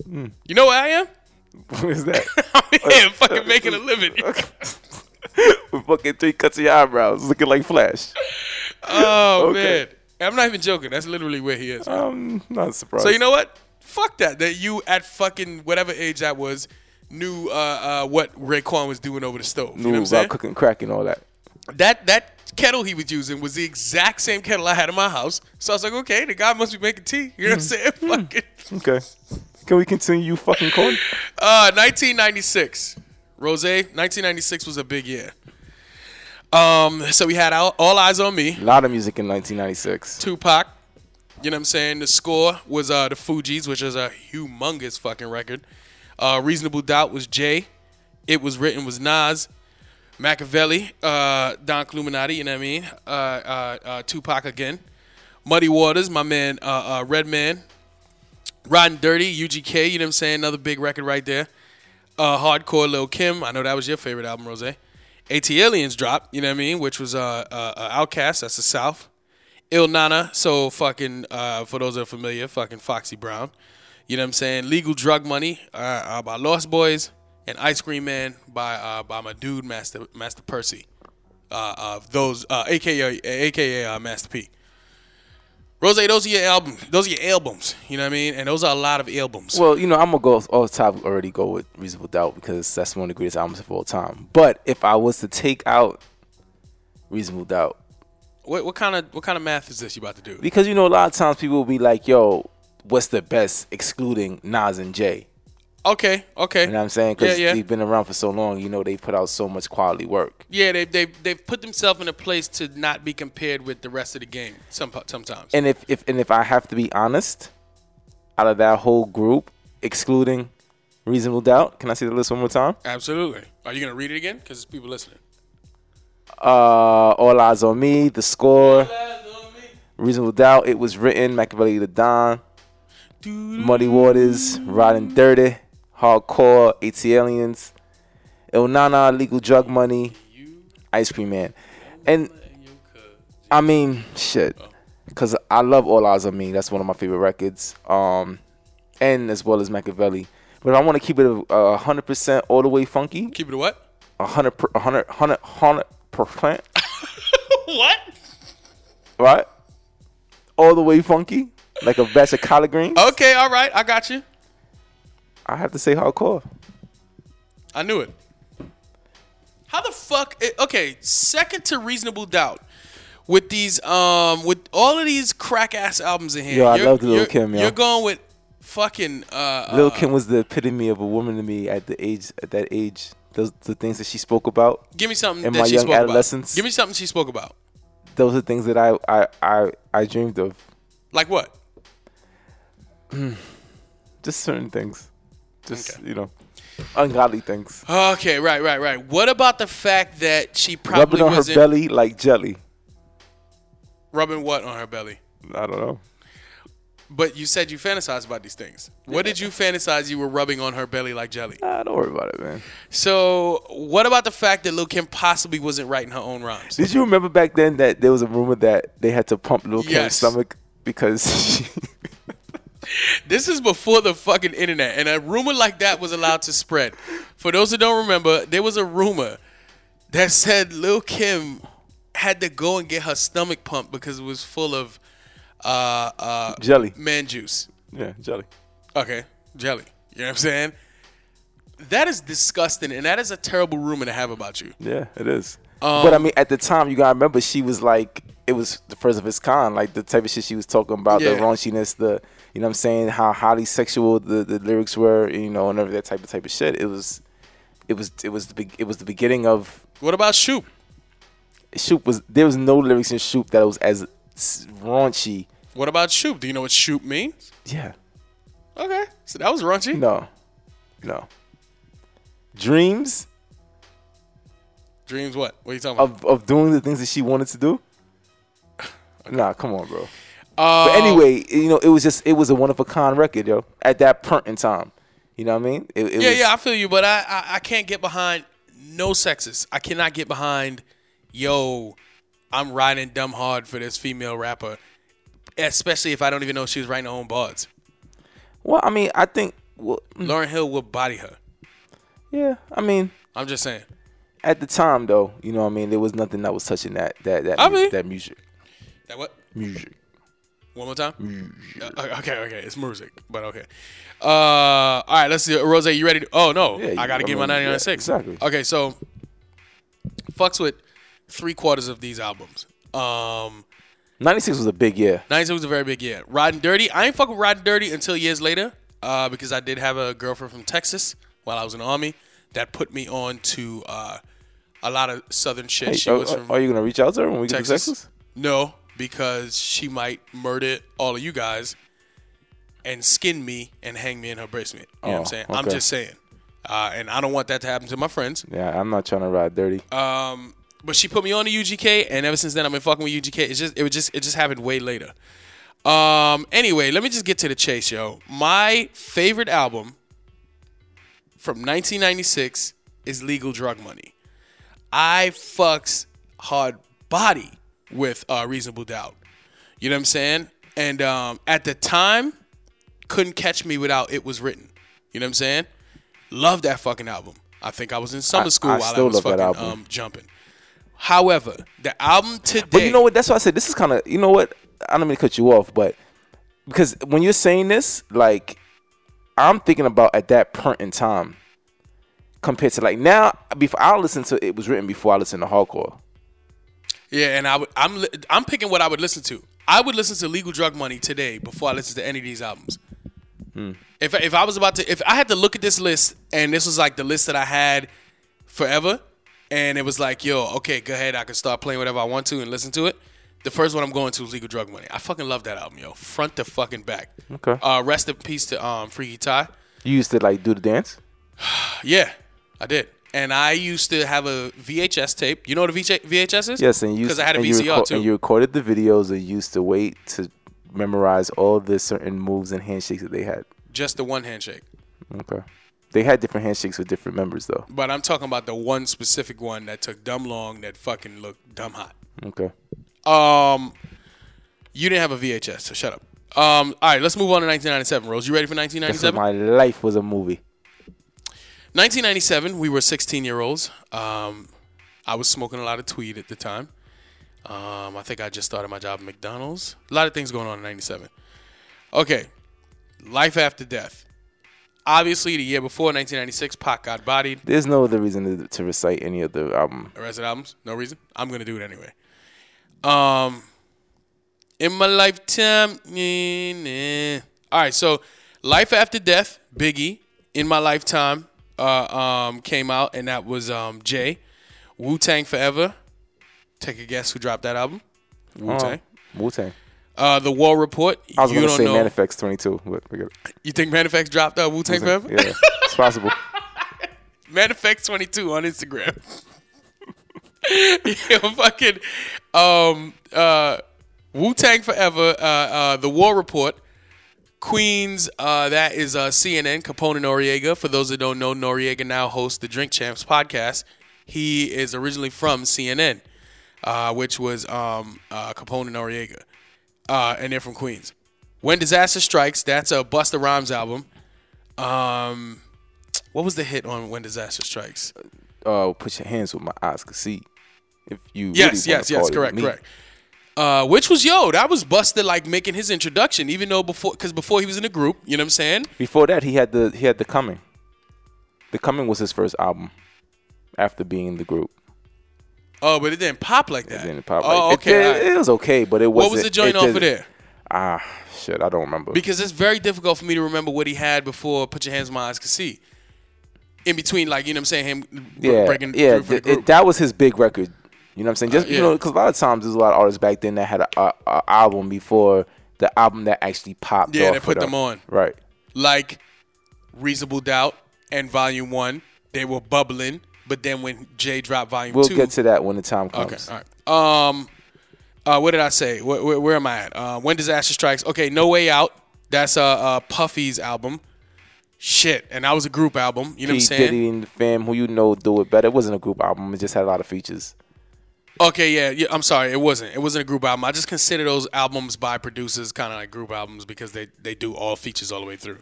You know where I am? Where's that? I'm here fucking making a living. With fucking three cuts of your eyebrows, looking like Flash. Oh Okay. man, I'm not even joking. That's literally where he is. I'm Um, not surprised. so you know what? Fuck that. That you at fucking whatever age that was knew uh, uh, what Raekwon was doing over the stove. You know Knew what I'm about saying? cooking crack and all that. That that kettle he was using was the exact same kettle I had in my house. So I was like, okay, the guy must be making tea. You know what Hmm. I'm saying? Fucking. Okay. Can we continue, you fucking corn? Uh, 1996. Rose, 1996 was a big year. Um, so we had all, all eyes on me. A lot of music in 1996. Tupac. You know what I'm saying? The score was uh, the Fugees, which is a humongous fucking record. Uh, Reasonable Doubt was Jay. It was written was Nas. Machiavelli, uh, Don Cluminati, you know what I mean? Uh, uh, uh, Tupac again. Muddy Waters, my man uh, uh, Redman. Rotten Dirty, UGK, you know what I'm saying? Another big record right there. Uh, Hardcore Lil Kim, I know that was your favorite album, Rose. AT Aliens dropped, you know what I mean? Which was uh, uh, uh, Outcast, that's the South. Il Nana, so fucking uh, for those that are familiar, fucking Foxy Brown. You know what I'm saying? Legal Drug Money uh, uh, by Lost Boys and Ice Cream Man by uh, by my dude Master Master Percy. Uh, uh, those uh, AKA AKA uh, Master P. Rose, those are your album. Those are your albums. You know what I mean? And those are a lot of albums. Well, you know, I'm gonna go off top already go with Reasonable Doubt because that's one of the greatest albums of all time. But if I was to take out Reasonable Doubt, what, what kind of what kind of math is this you about to do? because you know, a lot of times people will be like, "Yo, what's the best?" Excluding Nas and Jay. Okay, okay. You know what I'm saying? Because Yeah, yeah. they've been around for so long. You know, they put out so much quality work. yeah, they they they've put themselves in a place to not be compared with the rest of the game. Some sometimes. And if if and if I have to be honest, out of that whole group, excluding Reasonable Doubt. Can I see the list one more time? Absolutely. Are you gonna read it again? Because there's people listening. Uh, All Eyes on Me, The Score, Reasonable Doubt, It Was Written, Machiavelli the Don, Muddy Waters, Riding Dirty, Hardcore, AT Aliens, Il Nana, Legal Drug Money, Ice Cream Man. And I mean, shit. Because I love All Eyes on Me. That's one of my favorite records. Um, and as well as Machiavelli. But I want to keep it uh, 100% all the way funky. Keep it what? 100 per, 100 100 100 percent, what? right? All the way funky, like a batch of collard greens. Okay, all right. I got you. I have to say hardcore. I knew it. How the fuck? eh, Okay, second to reasonable doubt with these um with all of these crack ass albums in here. Yo, I you're- loved Lil' you're- Kim, yo. You're going with fucking uh, uh Lil Kim was the epitome of a woman to me at the age at that age. Those the things that she spoke about. Give me something in that my she young spoke adolescence. about. Give me something she spoke about. Those are things that I I I, I dreamed of. Like what? Just certain things. Just Okay. you know, ungodly things. Okay, right, right, right. What about the fact that she probably Rubbing on her wasn't belly like jelly. rubbing what on her belly? I don't know. But you said you fantasize about these things. What did you fantasize you were rubbing on her belly like jelly? Ah, don't worry about it, man. So, what about the fact that Lil Kim possibly wasn't writing her own rhymes? Did you remember back then that there was a rumor that they had to pump Lil Kim's Yes. stomach because she, This is before the fucking internet, and a rumor like that was allowed to spread. For those who don't remember, there was a rumor that said Lil Kim had to go and get her stomach pumped because it was full of uh, uh, jelly? man juice. Yeah, jelly. Okay, jelly. You know what I'm saying? That is disgusting, and that is a terrible rumor to have about you. Yeah, it is. but I mean, at the time, you gotta remember she was like, it was the first of its kind, like the type of shit she was talking about, the Yeah. raunchiness, the you know what I'm saying, how highly sexual the, the lyrics were, you know, and every that type of type of shit. It was, it was, it was the be- it was the beginning of What about Shoop? Shoop was there was no lyrics in Shoop that was as s- raunchy. What about Shoop? Do you know what Shoop means? Yeah, Okay, so that was raunchy. no, no. Dreams Dreams, what? What are you talking about? of of doing the things that she wanted to do. Nah, come on, bro. Uh, But anyway, you know, it was just it was a one of a kind record, yo. At that point in time, you know what I mean? It, it Yeah, was, yeah, I feel you, but I, I I can't get behind no sexist. I cannot get behind yo. I'm riding dumb hard for this female rapper, especially if I don't even know she was writing her own bars. Well, I mean, I think, well, Lauren Hill would body her. yeah, I mean, I'm just saying. at the time though, you know, what I mean, there was nothing that was touching that that that I mu- mean- that music, That what? music. One more time. Uh, okay, okay, it's music, but okay. Uh, all right, let's see. Rose, you ready? To, oh no, Yeah, you- I gotta I get my mean, yeah, 99.6. exactly. Okay, so fucks with three quarters of these albums. Um. '96 was a big year. 96 was a very big year. Riding Dirty. I ain't fuck with Riding Dirty until years later uh, because I did have a girlfriend from Texas while I was in the Army that put me on to uh, a lot of Southern shit. Hey, oh, she are, was from are you gonna reach out to her when we get to Texas. Texas? No, because she might murder all of you guys and skin me and hang me in her basement. You know what Oh, I'm saying? I'm okay. just saying. Uh, and I don't want that to happen to my friends. Yeah, I'm not trying to ride dirty. Um, but she put me on to UGK, and ever since then I've been fucking with UGK. It's just it was just it just happened way later. Um, anyway, let me just get to the chase, yo. My favorite album from 1996 is Legal Drug Money. I fucks hard body with uh, Reasonable Doubt. You know what I'm saying? And um, at the time, couldn't catch me without it was written. You know what I'm saying? Love that fucking album. I think I was in summer I- school I while I still was love that fucking album. um, jumping. However, the album today. But you know what? That's why I said this is kind of. You know what? I don't mean to cut you off, but because when you're saying this, like I'm thinking about at that point in time, compared to like now. Before I listen to it was written before I listen to hardcore. Yeah, and I would, I'm li- I'm picking what I would listen to. I would listen to Legal Drug Money today before I listen to any of these albums. Hmm. If if I was about to, if I had to look at this list and this was like the list that I had forever, and it was like, yo, okay, go ahead, I can start playing whatever I want to and listen to it. The first one I'm going to is Legal Drug Money. I fucking love that album, yo. Front to fucking back. Okay. Uh, rest in peace to um, Freaky Ty. You used to like do the dance. Yeah, I did. And I used to have a VHS tape. You know what a VJ VHS is? Yes, and you because I had a and you VCR reco- too. And you recorded the videos and you used to wait to memorize all the certain moves and handshakes that they had. Just the one handshake. Okay. They had different handshakes with different members though. But I'm talking about the one specific one that took dumb long that fucking looked dumb hot. Okay. Um, you didn't have a VHS, so shut up. Um, all right, let's move on to 1997. Rose, you ready for That's what 1997? my life was a movie. 1997, we were 16 year olds. Um, I was smoking a lot of tweed at the time. Um, I think I just started my job at McDonald's. A lot of things going on in 97. Okay, life after death. Obviously, the year before 1996, Pac got bodied. There's no other reason to, to recite any of the album. The rest of the albums, no reason. I'm gonna do it anyway. Um, in my lifetime, nah, nah. all right. So, life after death, Biggie. In my lifetime, uh, um, came out, and that was um Jay, Wu Tang Forever. Take a guess who dropped that album? Wu Tang. Wu Tang. Uh, the War Report. Um, I was you gonna don't say know. Manifest 22, but we got you think Manifest dropped uh, Wu Tang Forever? yeah, it's possible. Manifest 22 on Instagram. Yo, fucking um, uh, Wu Tang Forever, uh, uh, The War Report, Queens, uh, that is uh, CNN, Capone and Noriega. For those that don't know, Noriega now hosts the Drink Champs podcast. He is originally from CNN, uh, which was um, uh, Capone and Noriega, uh, and they're from Queens. When Disaster Strikes, that's a Busta Rhymes album. Um, what was the hit on When Disaster Strikes? Uh, put your hands with my eyes can see. If you Yes, really wanna yes, yes, call it correct, me. correct. Uh, which was yo, that was Buster like making his introduction, even though before, because before he was in a group, you know what I'm saying? Before that, he had the he had the coming. The coming was his first album, after being in the group. Oh, but it didn't pop like It that. didn't pop. Oh, like, it- okay. all It, right. it was okay, but it was. what was the joint off of there? Ah, shit, I don't remember. Because it's very difficult for me to remember what he had before Put Your Hands in My Eyes Can See. In between, like you know what I'm saying, him yeah, breaking yeah, through for the th- it- group. Oh, that was his big record. You know what I'm saying? Just yeah. you know, because a lot of times there's a lot of artists back then that had an album before the album that actually popped. Yeah, off that for put them on. Right. like Reasonable Doubt and Volume One, they were bubbling. But then when Jay dropped Volume We'll Two, get to that when the time Okay. comes. All right. Um, uh, what did I say? Where, where, where am I at? Uh, when disaster strikes. Okay, no way out. That's uh, uh Puffy's album. Shit, and that was a group album. You know what P I'm saying? Diddy and the fam, who you know, do it better. It wasn't a group album. It just had a lot of features. Okay, yeah, yeah. I'm sorry, it wasn't. It wasn't a group album. I just consider those albums by producers kind of like group albums because they they do all features all the way through.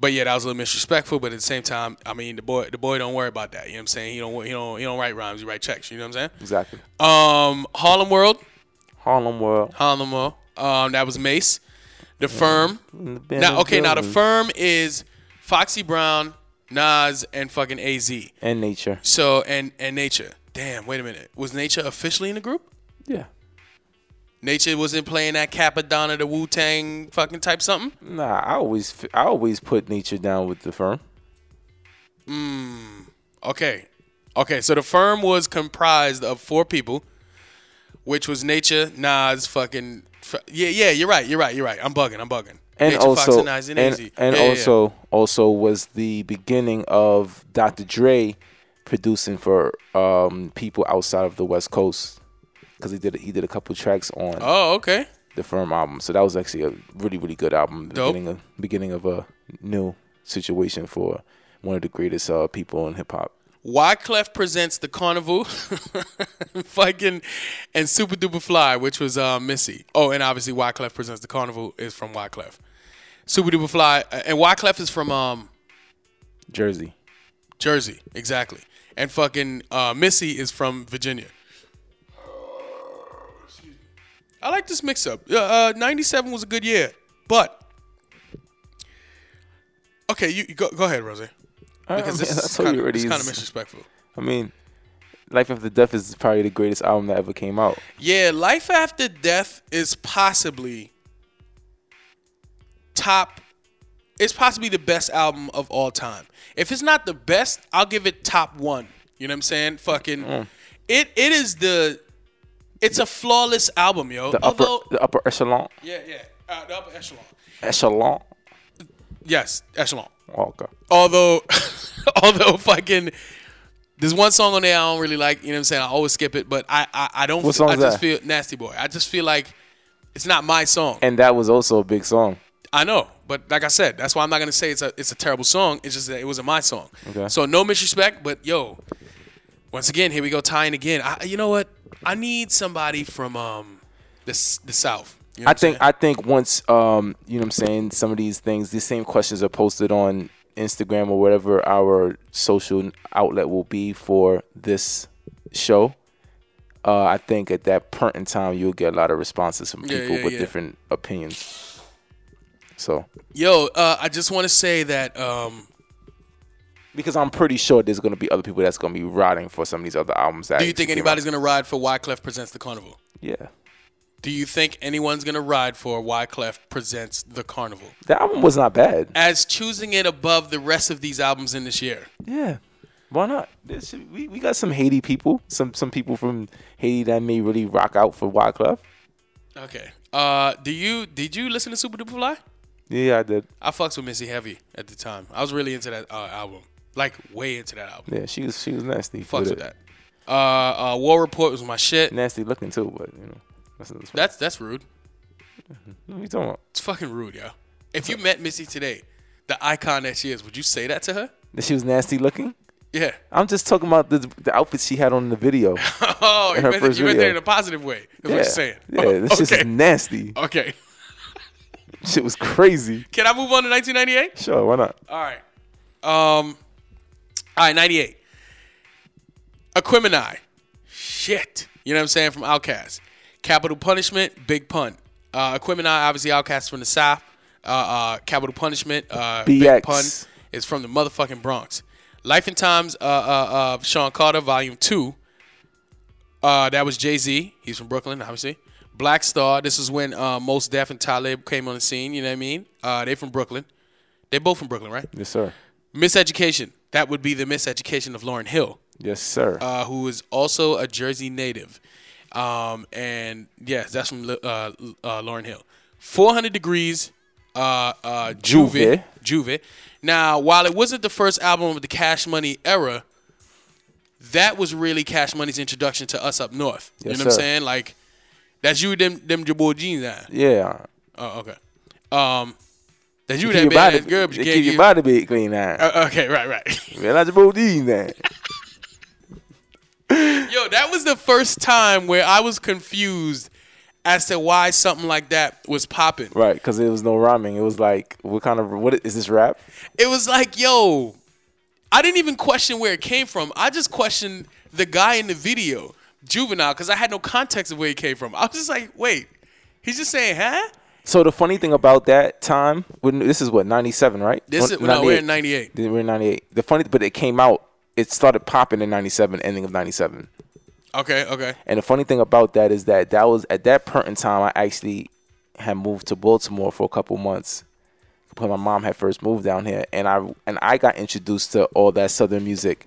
But yeah, that was a little disrespectful. But at the same time, I mean, the boy the boy don't worry about that. You know what I'm saying? He don't he don't he don't write rhymes. He write checks. You know what I'm saying? Exactly. Um, Harlem World, Harlem World. Harlem World. Um, that was Mace. The Firm. been Now, in okay, now the buildings. firm is Foxy Brown, Nas, and fucking AZ. and nature. So and and Nature. Damn, wait a minute. Was Nature officially in the group? Yeah. Nature wasn't playing that Capadonna, the Wu Tang fucking type something. Nah, I always f- I always put nature down with the firm. Okay, okay. So the firm was comprised of four people, which was Nature, Nas, fucking. F- Yeah, yeah. You're right. You're right. You're right. I'm bugging. I'm bugging. And Nature, also Foxy, Nas, and, AZ. and, and Yeah, yeah, yeah. also also was the beginning of Dr. Dre producing for um, people outside of the West Coast cuz he did he did a couple tracks on Oh, okay. the firm album. So that was actually a really really good album the Dope. beginning of beginning of a new situation for one of the greatest uh, people in hip hop. Wyclef presents the Carnival, fucking, and Super Duper Fly, which was uh, Missy. Oh, and obviously Wyclef presents the Carnival is from Wyclef. Super Duper Fly, uh, and Wyclef is from um, Jersey. Jersey, exactly. And fucking uh, Missy is from Virginia. I like this mix up. Uh, uh, 97 was a good year, but. Okay, you, you go, go ahead, Rosie. Ah, Because this is kind of disrespectful. I mean, Life After Death is probably the greatest album that ever came out. Yeah, Life After Death is possibly top. It's possibly the best album of all time. If it's not the best, Mm. I'll give it top one. You know what I'm saying? Fucking, it it is the It's a flawless album, yo. The upper, Although, the upper echelon, yeah, yeah, uh, the upper echelon. echelon. Yes, echelon. Oh, okay. although although fucking there's one song on there I don't really like, you know what I'm saying? I always skip it, but I I, I don't What feel, I song's just that? feel nasty boy. I just feel like it's not my song. And that was also a big song. I know, but like I said, that's why I'm not gonna say it's a it's a terrible song. It's just that it wasn't my song. Okay. So no disrespect, but yo, once again, here we go tying again. I, you know what? I need somebody from um the s- the south. You know I what I'm think saying? I think once um you know what I'm saying some of these things these same questions are posted on Instagram or whatever our social outlet will be for this show. Uh, I think at that point in time you'll get a lot of responses from Yeah, people yeah, with yeah. different opinions. So yo, uh, I just want to say that um because I'm pretty sure there's gonna be other people that's gonna be rotting for some of these other albums. That do you think actually came out. anybody's gonna ride for Wyclef presents the carnival? Yeah, Do you think anyone's gonna ride for Wyclef presents The Carnival? that album was not bad. As choosing it above the rest of these albums in this year. Yeah. Why not? There should- we, we got some Haiti people, some some people from Haiti that may really rock out for Wyclef. Okay. Uh, do you did you listen to Super Duper Fly? Yeah, I did. I fucks with Missy Heavy at the time. I was really into that uh, album, like way into that album. Yeah, she was she was nasty. Fucks with with it. that. Uh, uh, War Report was my shit. Nasty looking too, but you know, that's, that's That's that's rude. what we talking about. It's fucking rude, yo. If you met Missy today, the icon that she is, would you say that to her? That She was nasty looking. Yeah. I'm just talking about the the outfits she had on the video. Oh, you her meant, it- first you meant that video. in a positive way. Is what yeah, you're saying. yeah, Oh, this shit is okay. nasty. Okay. Shit was crazy. Can I move on to 1998? Sure, why not? All right. Um. All right, 98. Aquemini. Shit. You know what I'm saying? From Outcast. Capital Punishment, Big Pun. Uh, Aquemini, obviously Outcast from the South. Uh, uh, Capital Punishment, uh, Big BX. Pun is from the motherfucking Bronx. Life and Times uh, uh, of Sean Carter, Volume 2. Uh, that was Jay Z. He's from Brooklyn, obviously. Black Star. This is when uh, Most Def and Talib came on the scene. You know what I mean? Uh, they from Brooklyn. They both from Brooklyn, right? Yes, sir. Miseducation. That would be the miseducation of Lauren Hill, Yes, sir. uh, who is also a Jersey native. Um, and yes, that's from uh, uh, Lauren Hill. 400 degrees. Uh, uh, Juve. Juve. Juve. Now, while it wasn't the first album of the Cash Money era, that was really Cash Money's introduction to us up north. You Yes, know what I'm sir. saying? Like, that's you, them, them, your boy jeans. that. yeah. Oh, okay. Um, that's you, Keep that your man. body, That's good, but you keep can't your get- body big clean now. Uh, okay, right, right. Realize your booty now. Yo, that was the first time where I was confused as to why something like that was popping. Right, because it was no rhyming. It was like, what kind of what is this rap? It was like, yo, I didn't even question where it came from. I just questioned the guy in the video, Juvenile, because I had no context of where it came from. I was just like, wait, he's just saying, huh? So the funny thing about that time, when this is what ninety seven, right? This is, no, we're in 98. Then We're in ninety eight. The funny, but it came out. It started popping in ninety seven, ending of ninety seven. Okay, okay. And the funny thing about that is that that was at that point in time, I actually had moved to Baltimore for a couple months when my mom had first moved down here, and I and I got introduced to all that southern music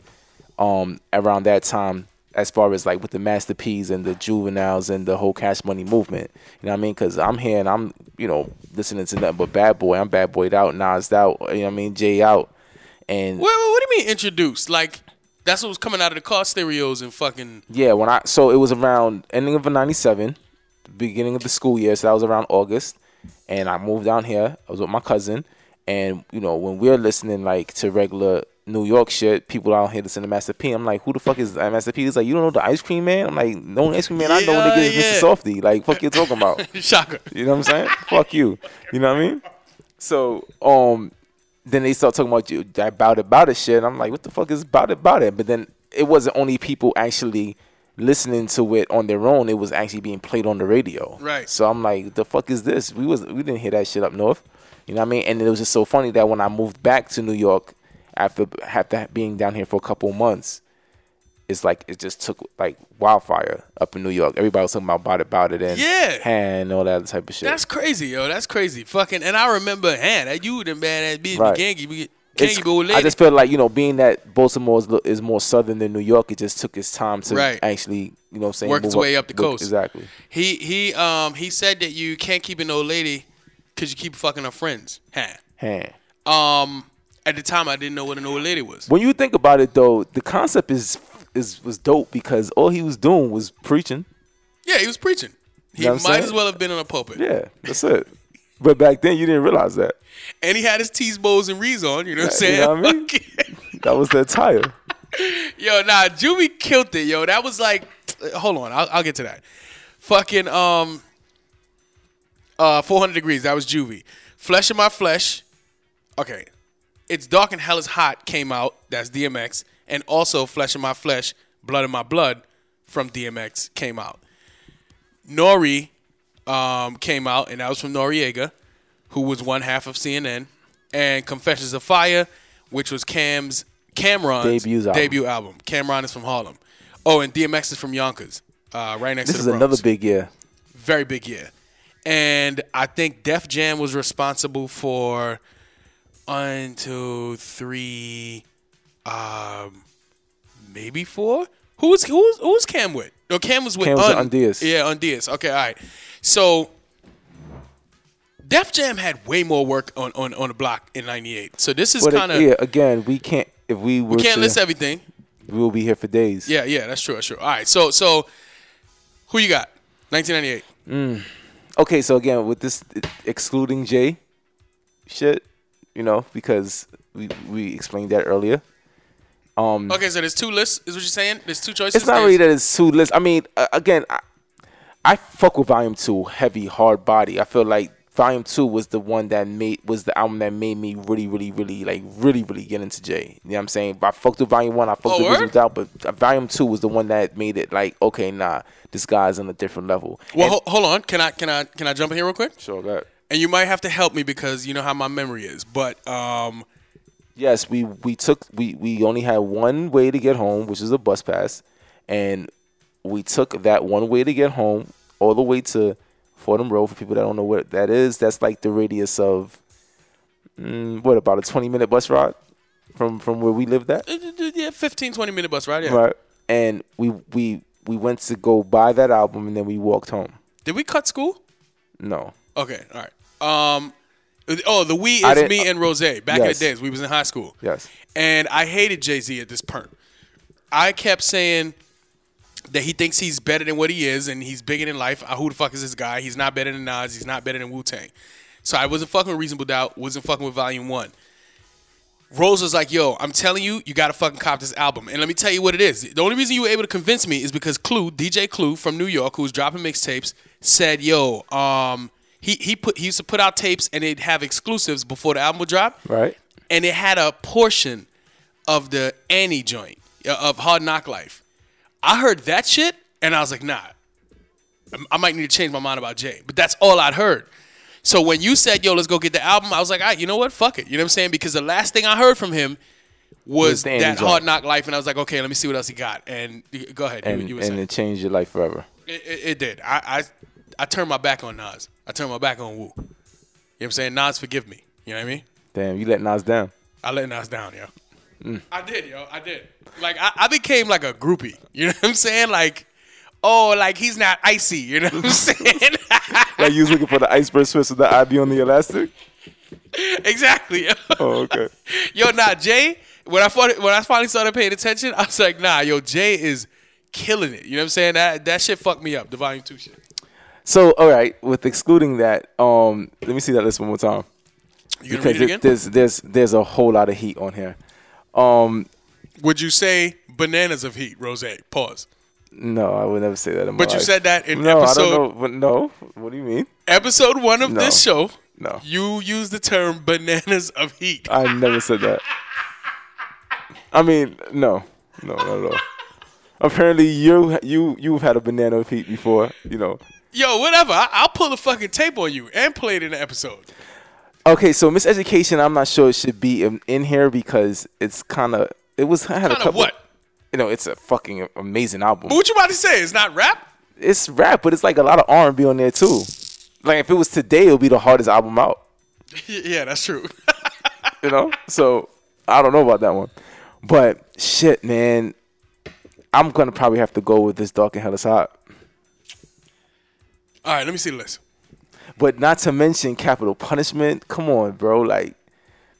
um, around that time. As far as like with the Master P's and the Juveniles and the whole Cash Money movement, you know what I mean? Because I'm here and I'm, you know, listening to nothing but Bad Boy. I'm Bad Boyed out, Nas out, you know what I mean? Jay out, and Wait, wait, what do you mean introduced? Like, that's what was coming out of the car stereos and fucking. Yeah, when I so it was around ending of '97, beginning of the school year. So that was around August, and I moved down here. I was with my cousin, and you know when we're listening like to regular New York shit, people out here listening to Master P. I'm like, who the fuck is Master P? He's like, you don't know the Ice Cream Man? I'm like, the only Ice Cream Man I know Yeah, nigga is yeah. Mr. Softy. Like, fuck you talking about? Shocker. You know what I'm saying? Fuck you. You know what I mean? So, um, then they start talking about you that about it, about it shit. And I'm like, what the fuck is about it, about it? But then it wasn't only people actually listening to it on their own. It was actually being played on the radio. Right. So I'm like, the fuck is this? We was we didn't hear that shit up north. You know what I mean? And it was just so funny that when I moved back to New York after after being down here for a couple months, it's like it just took like wildfire up in New York. Everybody was talking about about it, about it, and Yeah. and all that type of shit. That's crazy, yo. That's crazy. Fucking, and I remember, hand, that you, the man, that bitch, Right. Gangi, we get- it's- Kenya, but with I lady. just feel like you know, being that Baltimore is, lo- is more southern than New York, it just took its time to Right. actually, you know, what I'm saying Work its move way up the look- coast. Exactly. He he um he said that you can't keep an old lady because you keep fucking her friends. Huh. Hand. Um, at the time I didn't know what an old lady was. When you think about it, though, the concept is is was dope because all he was doing was preaching. Yeah, he was preaching. He know what might I'm saying? as well have been on a pulpit. Yeah, that's it. But back then, you didn't realize that. And he had his T's, bows, and Rees on. You know what I'm saying? You know what I mean? Fucking- That was the attire. Yo, nah, Juvie killed it, yo. That was like, hold on, I'll, I'll get to that. Fucking um, uh, 400 degrees. That was Juvie. Flesh of my flesh. Okay, it's dark and hell is hot came out. That's DMX, and also flesh of my flesh, blood of my blood from DMX came out. Nori um, came out, and that was from Noriega, who was one half of CNN, and Confessions of Fire, which was Cam's Cameron's Debut album. debut album. Cameron is from Harlem. Oh, and DMX is from Yonkers, uh, right next This to is the Bronx. another big year. very big year. And I think Def Jam was responsible for one, two, three, um, maybe four. Who was who was, who was Cam with? No, Cam was with Cam was with Un- Undies. Yeah, Undies. Okay, all right. So Def Jam had way more work on on, on the block in '98. So this is But kind of yeah, again, we can't. If we were can't to, list everything. we will be here for days. Yeah, yeah, that's true. That's true. All right. So so who you got? 1998. Okay, so again, with this excluding Jay shit, you know, because we we explained that earlier. Um, Okay, so there's two lists. Is what you're saying? There's two choices. it's not There's- really that it's too list. I mean, uh, again, I, I fuck with Volume Two, heavy, hard body. I feel like Volume Two was the one that made was the album that made me really, really, really like really, really get into Jay. You know what I'm saying? I fucked with Volume One, I fucked Oh, with word? Wizards out, but uh, Volume Two was the one that made it like, okay, nah, this guy's on a different level. Well, ho- hold on. Can I can I can I jump in here real quick? sure that. And you might have to help me because you know how my memory is. But um, Yes, we we took we we only had one way to get home, which is a bus pass, and we took that one way to get home all the way to Fordham Road. For people that don't know what that is, that's like the radius of mm, what about a twenty minute bus ride from from where we lived at, uh, uh, yeah, 15, 20 minute bus ride. Yeah. right? And we we we went to go buy that album, and then we walked home. Did we cut school? No, Okay. All right. Um, oh, the we I is didn't- me and Rose. Back in the Yes. days, we was in high school. Yes. And I hated Jay Z at this point. I kept saying that he thinks he's better than what he is and he's bigger than life. Uh, who the fuck is this guy? He's not better than Nas. He's not better than Wu Tang. So I wasn't fucking with Reasonable Doubt. Wasn't fucking with Volume One. Rose was like, "Yo, I'm telling you, you gotta fucking cop this album." And let me tell you what it is. The only reason you were able to convince me is because Clue, DJ Clue from New York, who was dropping mixtapes, said, "Yo, um, he he put he used to put out tapes and they'd have exclusives before the album would drop, Right. And it had a portion of the Annie joint uh, of Hard Knock Life. I heard that shit and I was like, nah, I- I might need to change my mind about Jay. But that's all I'd heard. So when you said, yo, let's go get the album, I was like, all right, you know what? Fuck it. You know what I'm saying? Because the last thing I heard from him was Was the Annie that joint. hard knock life. And I was like, okay, let me see what else he got. And y- go ahead. you, and you were and saying. it changed your life forever. It, it, it did. I, I I turned my back on Nas. I turned my back on Wu. You know what I'm saying? Nas, forgive me. You know what I mean? Damn, you let Nas down. I let Nas down, yo. Mm. I did, yo. I did. Like I, I became like a groupie. You know what I'm saying? Like, oh, like he's not icy. You know what I'm saying? Like you was looking for the iceberg Swiss with the IB on the elastic. exactly. Yo. Oh, okay. yo, nah, Jay. When I fin- when I finally started paying attention, I was like, nah, yo, Jay is killing it. You know what I'm saying? That that shit fucked me up. The volume two shit. So, all right, with excluding that, um, let me see that list one more time You gonna read it there- again? there's there's there's a whole lot of heat on here. Um, Would you say bananas of heat, Rose? Pause. no, I would never say that. In my But you life. said that in no, I episode- don't know. But no, what do you mean? Episode one of No. this show. No. You used the term bananas of heat. I never said that. I mean, no, no, not at all. Apparently, you you you've had a banana of heat before, you know. Yo, whatever. I, I'll pull the fucking tape on you and play it in the episode. Okay, so miseducation, I'm not sure it should be in, in here because it's kind of it was I had a Kinda couple. what? You know, it's a fucking amazing album. But what you about to say? It's not rap. it's rap, but it's like a lot of R and B on there too. Like if it was today, it would be the hardest album out. yeah, that's true. You know, so I don't know about that one. But shit, man, I'm gonna probably have to go with this Dark and Hell is Hot. All right, let me see the list. But not to mention capital punishment. Come on, bro. Like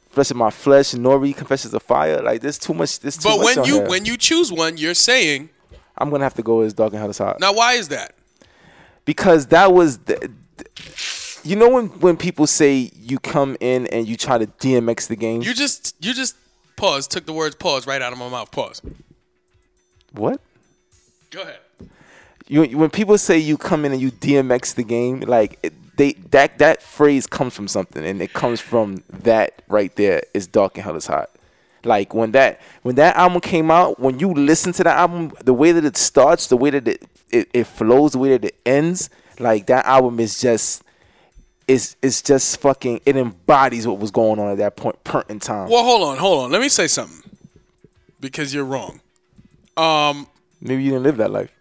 flesh of my flesh, Nori, confessions of fire. Like there's too much. There's too But much when on you here. when you choose one, you're saying I'm gonna have to go as Dark and Hell is Hot now. Why is that? because that was. The, th- you know when when people say you come in and you try to DMX the game. You just you just pause. Took the words pause right out of my mouth. Pause. what? Go ahead. You when people say you come in and you DMX the game, like it, they that that phrase comes from something, and it comes from that right there is Dark and Hell is Hot. Like when that when that album came out, when you listen to the album, the way that it starts, the way that it it, it flows, the way that it ends, like that album is just. It's, it's just fucking it embodies what was going on at that point point in time. Well, hold on, hold on. Let me say something because you're wrong. Um, Maybe you didn't live that life.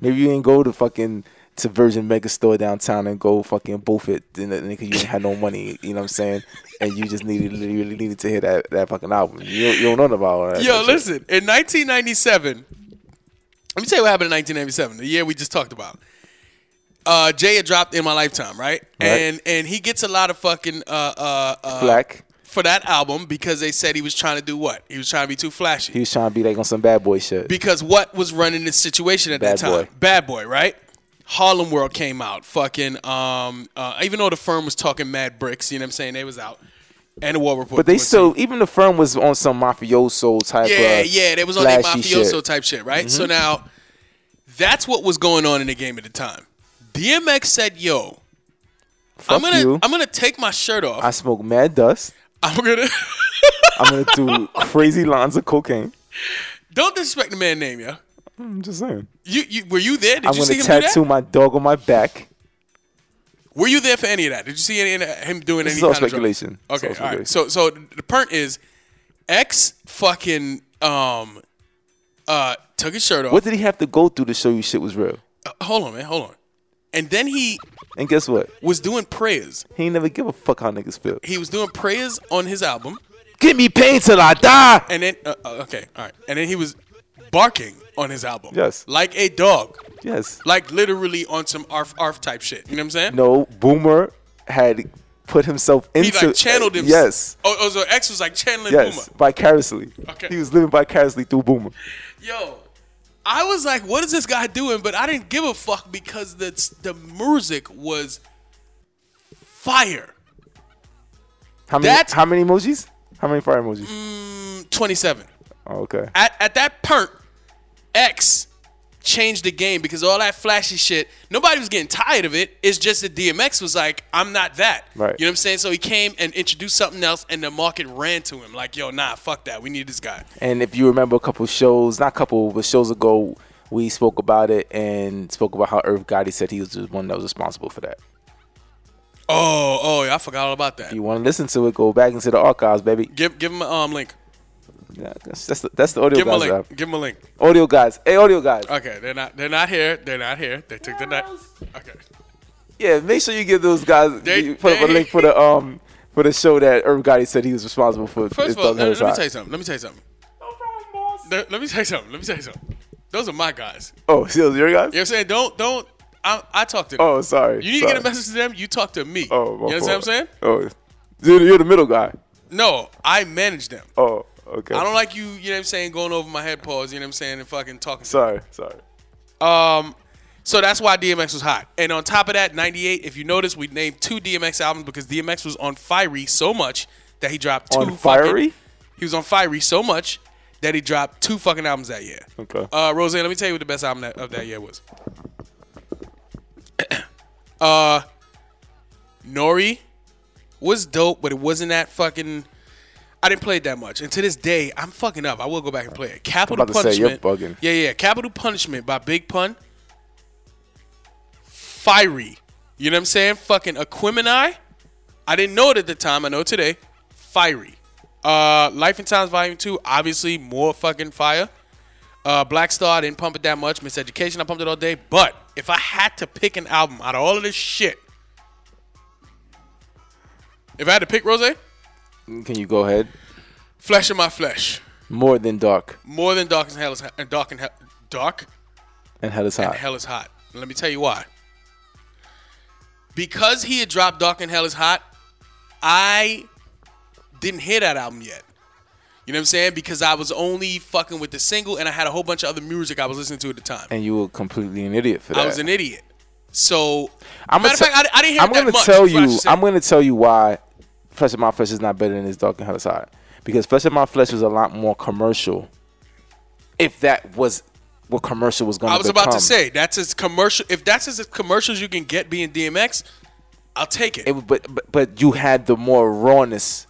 Maybe you didn't go to fucking to Virgin Megastore downtown and go fucking boof it, and and 'cause you didn't have no money. You know what I'm saying? And you just needed, you really needed to hear that, that fucking album. You don't, you don't know about all that. yo, that shit. listen. In 1997, let me tell you what happened in 1997, the year we just talked about. Uh, Jay had dropped in my lifetime, right? And and he gets a lot of fucking uh, uh, uh, Black. for that album because they said he was trying to do what? He was trying to be too flashy. He was trying to be like on some bad boy shit. Because what was running the situation at that Bad Boy. time? Bad boy, right? Harlem World came out. Fucking, um, uh, even though the firm was talking mad bricks, you know what I'm saying? They was out. And the War Report. but they was still, even the firm was on some mafioso type. yeah, of yeah. They was on that flashy mafioso shit. Mm-hmm. type shit, right? So now, that's what was going on in the game at the time. DMX said, "Yo, Fuck I'm gonna, you. I'm gonna take my shirt off. I smoke mad dust. I'm gonna." I'm gonna do crazy lines of cocaine. don't disrespect the man name, yo. I'm just saying. You, you were you there? Did I'm you see gonna him do that? tattoo my dog on my back. Were you there for any of that? Did you see any, him doing This any is all kind of drugs? speculation. It's Okay, all all right. So, so the point is, X fucking um uh took his shirt off. What did he have to go through to show you shit was real? Uh, hold on, man, hold on. And then he And guess what? was doing prayers. He ain't never give a fuck how niggas feel. He was doing prayers on his album, Give me pain till I die. and then uh, uh, okay, all right, and then he was barking on his album. Yes. like a dog, Yes. like literally on some arf arf type shit. You know what I'm saying? No, Boomer had put himself He into. like channeled him. Yes. Oh, oh, so X was like channeling Yes. Puma. Vicariously. Okay. He was living vicariously through Boomer. Yo, I was like, what is this guy doing? But I didn't give a fuck because the the music was fire. How many? That's- how many emojis? How many fire emojis? Twenty seven. Oh, okay. At at that point, X changed the game because all that flashy shit, nobody was getting tired of it. It's just that DMX was like, I'm not that. Right. You know what I'm saying? So he came and introduced something else and the market ran to him. Like, yo, nah, fuck that. We need this guy. And if you remember a couple shows, not a couple, but shows ago, we spoke about it and spoke about how Irv Gotti said he was the one that was responsible for that. Oh, oh, yeah, I forgot all about that. If you want to listen to it, go back into the archives, baby. Give give him a um, link. Yeah, that's, that's the, that's the audio Give him a guys link. Uh, app. Give him a link. Audio guys. Hey, audio guys. Okay, they're not. They're not here. They're not here. They took the night. Okay. Yeah, make sure you give those guys They- you put up a they- link for the um for the show that Irv Gotti said he was responsible for. First of It's all, let, Dog Headed let me Hot. tell you something. Let me tell you something. Th- Let me tell you something. Let me tell you something. Those are my guys. You Oh, so those your guys? know what I'm saying? Don't don't. I, I talk to them. Oh, sorry. you need sorry. to get a message to them. You talk to me. Oh, my you know what I'm fault. saying? Oh, you're, you're the middle guy. No, I manage them. Oh, okay. I don't like you. You know what I'm saying? Going over my head, pause. You know what I'm saying? And fucking talking. to Sorry, sorry. Um, so that's why DMX was hot. And on top of that, 98, if you notice, we named two DMX albums because DMX was on fiery so much that he dropped two fucking- On Fiery? he was on fiery so much that he dropped two fucking albums that year. Okay. Uh, Roseanne, let me tell you what the best album that, of that year was. uh, Nori was dope, but it wasn't that fucking. I didn't play it that much, and to this day, I'm fucking up. I will go back and play it. Capital about to say, you're Punishment. bugging. Yeah, yeah. Capital Punishment by Big Pun. Fiery. You know what I'm saying? Fucking Aquemini. I didn't know it at the time. I know today. Fiery. Uh, Life and Times Volume 2, obviously more fucking fire. Uh, Black Star, I didn't pump it that much. Miseducation, I pumped it all day. But if I had to pick an album out of all of this shit, if I had to pick Rose, Can you go ahead? Flesh of my flesh. More than dark More than dark and hell is hot. Dark and hell, dark and hell is hot. and hell is hot. Let me tell you why. Because he had dropped Dark and Hell is Hot, I didn't hear that album yet. You know what I'm saying? Because I was only fucking with the single and I had a whole bunch of other music I was listening to at the time. and you were completely an idiot for that. I was an idiot. So, I'm matter of gonna fact, I, te- I didn't hear I'm it that gonna much, tell is what I you. should say. I'm gonna tell you why. Flesh of my flesh is not better than this dark and hell is hot because flesh of my flesh was a lot more commercial. If that was what commercial was gonna. I was about to become. say that's as commercial. If that's as commercials you can get being DMX, I'll take it. It was- but, but but you had the more rawness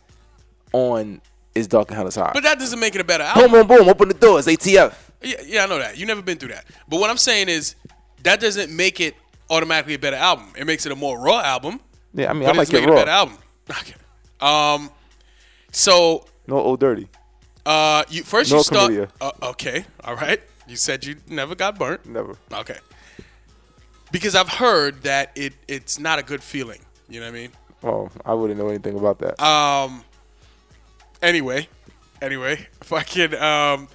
on is dark and hell is hot. but that doesn't make it a better album. boom boom boom! Open the doors, ATF. Yeah, yeah, I know that. You never been through that. But what I'm saying is that doesn't make it automatically a better album. It makes it a more raw album. Yeah, I mean But I it like doesn't it make it a better raw. album. Okay. Um so No old dirty. uh you first No you start Camellia. uh, okay, all right. You said you never got burnt. Never. Okay. Because I've heard that it it's not a good feeling. You know what I mean? Oh, I wouldn't know anything about that. Um. Anyway, anyway, fucking. Um.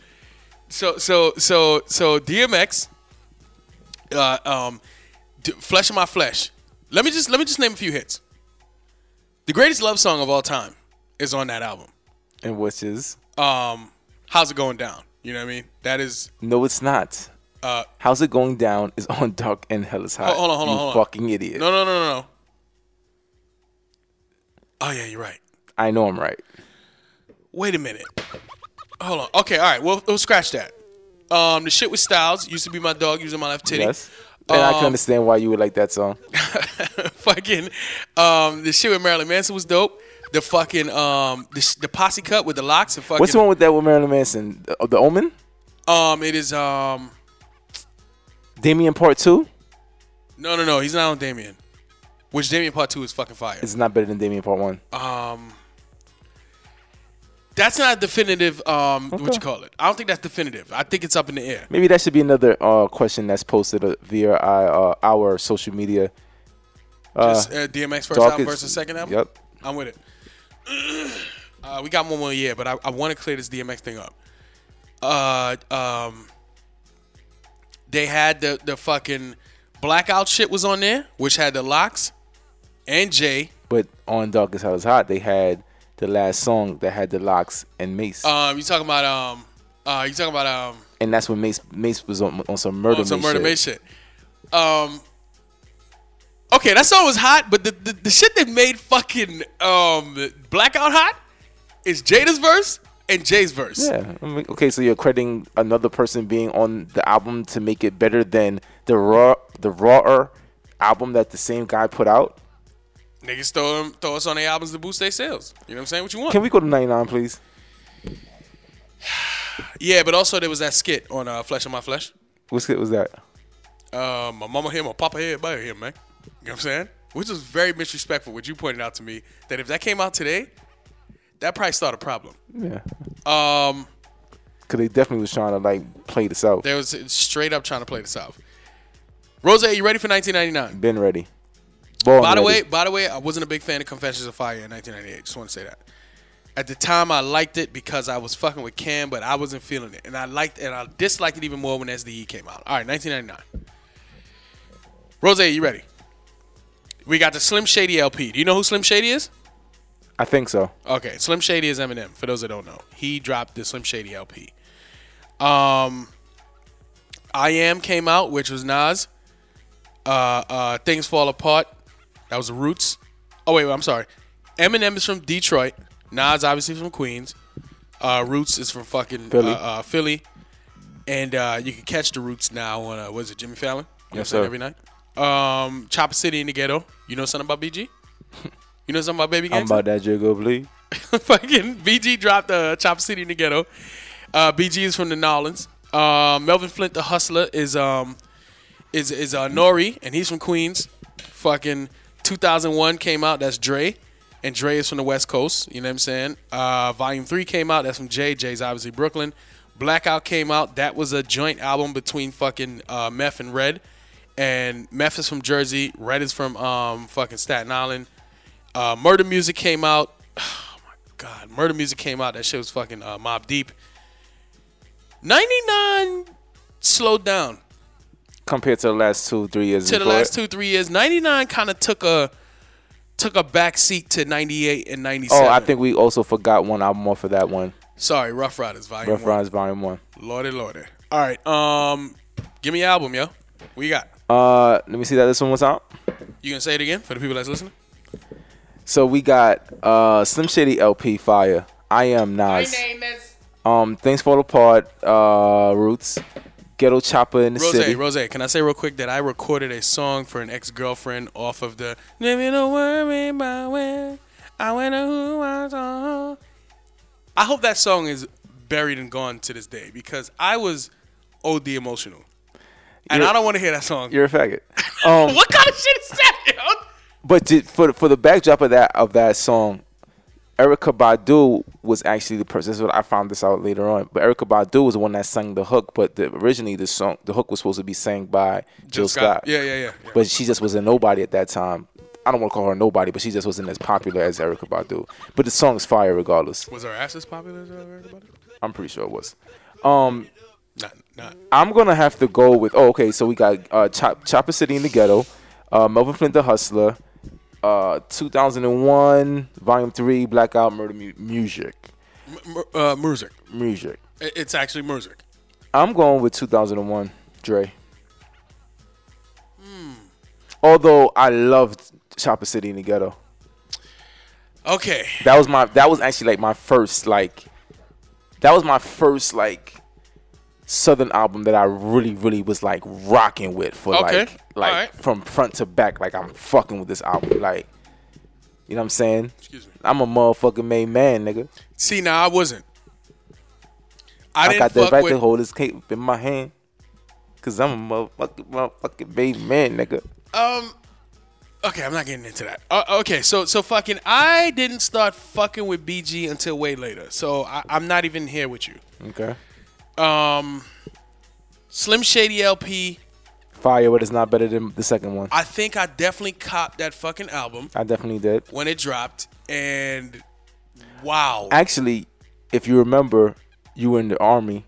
So so so so DMX. Uh. Um. D- flesh of my flesh. Let me just let me just name a few hits. The greatest love song of all time is on that album. and which is Um. How's it going down? You know what I mean? That is. no, it's not. Uh. Oh, How's it going down is on dark and hell is hot. Hold on. Hold on. you Hold on. fucking idiot. No. No. No. No. No. Oh yeah, you're right. I know I'm right. Wait a minute. Hold on. Okay, all right. Well, we'll scratch that. Um, the shit with Styles used to be my dog using my left titty. Yes. And I can Um, understand why you would like that song. fucking um, the shit with Marilyn Manson was dope. The fucking um, the, sh- the posse cut with the locks and fucking What's the one with that with Marilyn Manson? The, the Omen? um, it is um, Damien Part 2? no, no, no. He's not on Damien. Which Damien Part Two is fucking fire. It's not better than Damien Part 1. Um, that's not definitive. Um, what Okay. you call it? I don't think that's definitive. I think it's up in the air. Maybe that should be another uh, question that's posted uh, via uh, our social media. Just, uh, DMX first album is- versus second album. Yep. I'm with it. uh, we got one more year, but I, I want to clear this DMX thing up. Uh, um, they had the the fucking blackout shit was on there, which had the locks and Jay. But on Dark as Hell is Hot, they had the last song that had the locks and Mace. Um, you talking about um, uh, you talking about um, and that's when Mace Mace was on, on some murder on some Mace murder shit. Mace shit. Um, okay, that song was hot, but the, the the shit that made fucking um blackout hot is Jada's verse and Jay's verse. Yeah. I mean, okay, so you're crediting another person being on the album to make it better than the raw the rawer album that the same guy put out. Niggas throw them, throw us on their albums to boost their sales. You know what I'm saying? What you want? Can we go to 99, please? yeah, but also there was that skit on uh, Flesh of My Flesh. What skit was that? Uh, my mama here, my papa here, everybody here, man. You know what I'm saying? Which is very disrespectful. What you pointed out to me that if that came out today, that probably started a problem. Yeah. Um, Because they definitely was trying to, like, play this out. they was straight up trying to play this out. Rose, you ready for 1999? Been ready. Born By the ready. way, by the way, I wasn't a big fan of Confessions of Fire in 1998. Just want to say that. At the time, I liked it because I was fucking with Cam, but I wasn't feeling it, and I liked and I disliked it even more when SDE came out. All right, 1999. Rose, you ready? We got the Slim Shady LP. Do you know who Slim Shady is? I think so. Okay, Slim Shady is Eminem. For those that don't know, he dropped the Slim Shady LP. Um, I Am came out, which was Nas. Uh, uh, Things Fall Apart, that was the Roots. Oh wait, wait, I'm sorry. Eminem is from Detroit. Nas obviously from Queens. Uh, Roots is from fucking Philly. Uh, uh, Philly. And uh, you can catch the Roots now on uh, was it Jimmy Fallon? You know Yes, what I'm saying, sir. Every night. Um, Chopper City in the Ghetto. You know something about BG? You know something about Baby Gangsta? I'm about that jiggle, please. fucking BG dropped uh, Chop City in the Ghetto. Uh, BG is from the Nolans. Uh, Melvin Flint, the hustler, is um is is uh, Nori, and he's from Queens. Fucking 2001 came out. That's Dre, and Dre is from the West Coast. You know what I'm saying? Uh, Volume Three came out. That's from Jay. Jay's obviously Brooklyn. Blackout came out. That was a joint album between fucking uh, Meth and Red. And Meth is from Jersey. Red is from um fucking Staten Island. Uh, Murder Music came out. God, Murder Music came out. That shit was fucking uh, Mob Deep. 99 slowed down compared to the last two, three years. to the before last it. two three years. 99 kind of took a took a back seat to 98 and 97. Oh, I think we also forgot one album off of that one. Sorry, Rough Riders Volume Rough Riders Volume One. One. Lordy, lordy. All right, um, give me your album, yo. What you got? Uh, let me see that this one was out. You gonna say it again for the people that's listening? So we got uh Slim Shady LP Fire. I am Nas. is. Um, Things Fall Apart. Uh, Roots. Ghetto Chopper in the Rose, City. Rose, can I say real quick that I recorded a song for an ex girlfriend off of the Let Me Don't Worry About Where I Went or Who I Saw. I hope that song is buried and gone to this day because I was OD emotional. And You're- I don't want to hear that song. You're a faggot. Um, What kind of shit is that, yo? but ju- for for the backdrop of that of that song, Erica Badu was actually the person. This is what I found this out later on. But Erica Badu was the one that sang the hook. But the, originally, the song the hook was supposed to be sang by Jill, Scott. Yeah, yeah, yeah. yeah. But she just was a nobody at that time. I don't want to call her a nobody, but she just wasn't as popular as Erica Badu. But the song's fire regardless. was her ass as popular as everybody? I'm pretty sure it was. Um, Not, not. I'm gonna have to go with. Oh, okay. So we got uh, Chop, Chopper City in the Ghetto, uh, Melvin Flint the Hustler, uh, 2001 Volume Three Blackout Murder Mu- Music M- m- uh, music. Music. I- It's actually music. I'm going with 2001 Dre. Although I loved Chopper City in the Ghetto. Okay. that was my that was actually like my first like that was my first like southern album that I really really was like rocking with for Okay. like like Alright. from front to back like I'm fucking with this album like you know what I'm saying Excuse me. I'm a motherfucking made man nigga See, now I wasn't. I, I, didn't got the fuck right with. to hold this cape in my hand cuz I'm a motherfucking motherfucking made man nigga Um. Okay, I'm not getting into that. Uh, okay, so so fucking, I didn't start fucking with BG until way later. So I, I'm not even here with you. okay Um, Slim Shady LP. fire but it's not better than the second one I think I definitely copped that fucking album I definitely did when it dropped, and wow. actually, if you remember, you were in the army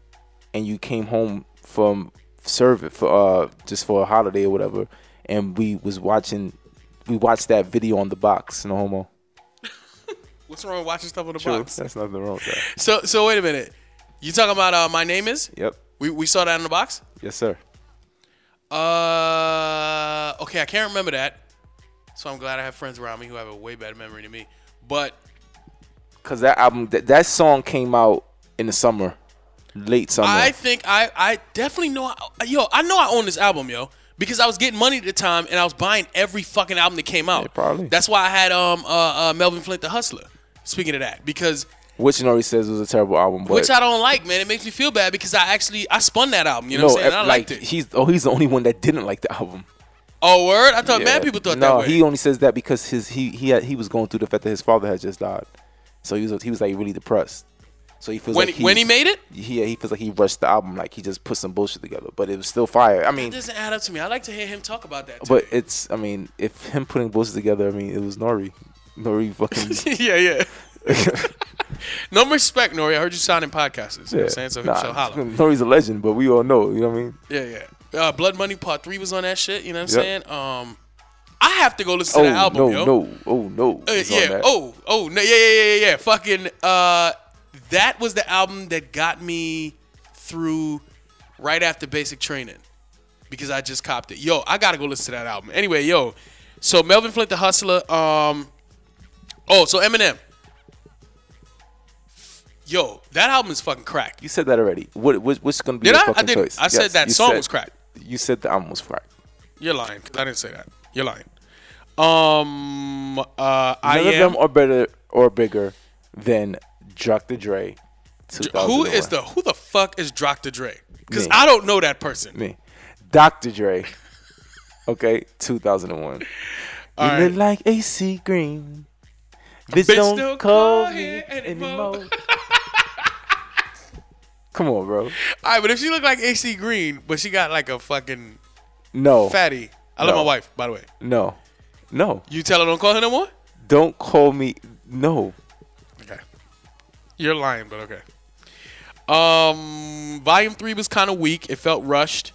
and you came home from service for uh just for a holiday or whatever, and we was watching we watched that video on the box, no homo. What's wrong with watching stuff on the True. box? That's nothing wrong with that. So so wait a minute. You talking about uh, my name is? Yep. We we saw that in the box. Yes, sir. Uh, okay, I can't remember that. So I'm glad I have friends around me who have a way better memory than me. But Cause that album that, that song came out in the summer. Late summer. I think I I definitely know. I, yo, I know I own this album, yo, because I was getting money at the time and I was buying every fucking album that came out. Yeah, probably. That's why I had um uh, uh Melvin Flint the Hustler. Speaking of that, because which Nori says was a terrible album, but which I don't like, man. It makes me feel bad because I actually I spun that album. You know no, what I'm saying? And I like liked it. he's oh he's the only one that didn't like the album. oh word! I thought Yeah. mad people thought no, that way. he only says that because his he he had, he was going through the fact that his father had just died, so he was he was like really depressed. So he feels when like when he made it, yeah he feels like he rushed the album like he just put some bullshit together, but it was still fire. I it mean, doesn't add up to me. I like to hear him talk about that. to but me. it's I mean if him putting bullshit together, I mean it was Nori, Nori fucking yeah, yeah. no respect, Nori. I heard you signing podcasters. You know what I'm saying? So, nah, so holla. Nori's a legend, but we all know you know what I mean. Yeah, yeah. Uh, Blood Money Part 3 was on that shit. You know what I'm Yep. saying? Um, I have to go listen Oh to the album, no yo. no oh no Uh, it's on yeah. that. Oh, oh, no, yeah, yeah, yeah, yeah, yeah. Fucking, uh, that was the album that got me through right after basic training because I just copped it. Yo, I gotta go listen to that album. Anyway, yo, so Melvin Flint, the Hustler. Um, oh, so Eminem. Yo, that album is fucking crack. you said that already. What what- what's gonna be Did your I? I fucking didn't. choice? I said that you song was crack. You said the album was crack. You're lying. 'cause I didn't say that. You're lying. Um, uh, I None of am. them are better or bigger than Dr. Dre. Who is 2001. the who the fuck is Dr. Dre? Because Me. I don't know that person. me? Dr. Dre. Okay, 2001. you All look right. like AC Green. Bitch, Bitch, don't, don't call, call me here anymore. anymore. Come on, bro. All right, but if she looked like AC Green, but she got like a fucking No, fatty. I love No. my wife, by the way. no, no. You tell her don't call her no more? Don't call me. No. Okay. You're lying, but okay. Um, volume three was kind of weak. It felt rushed.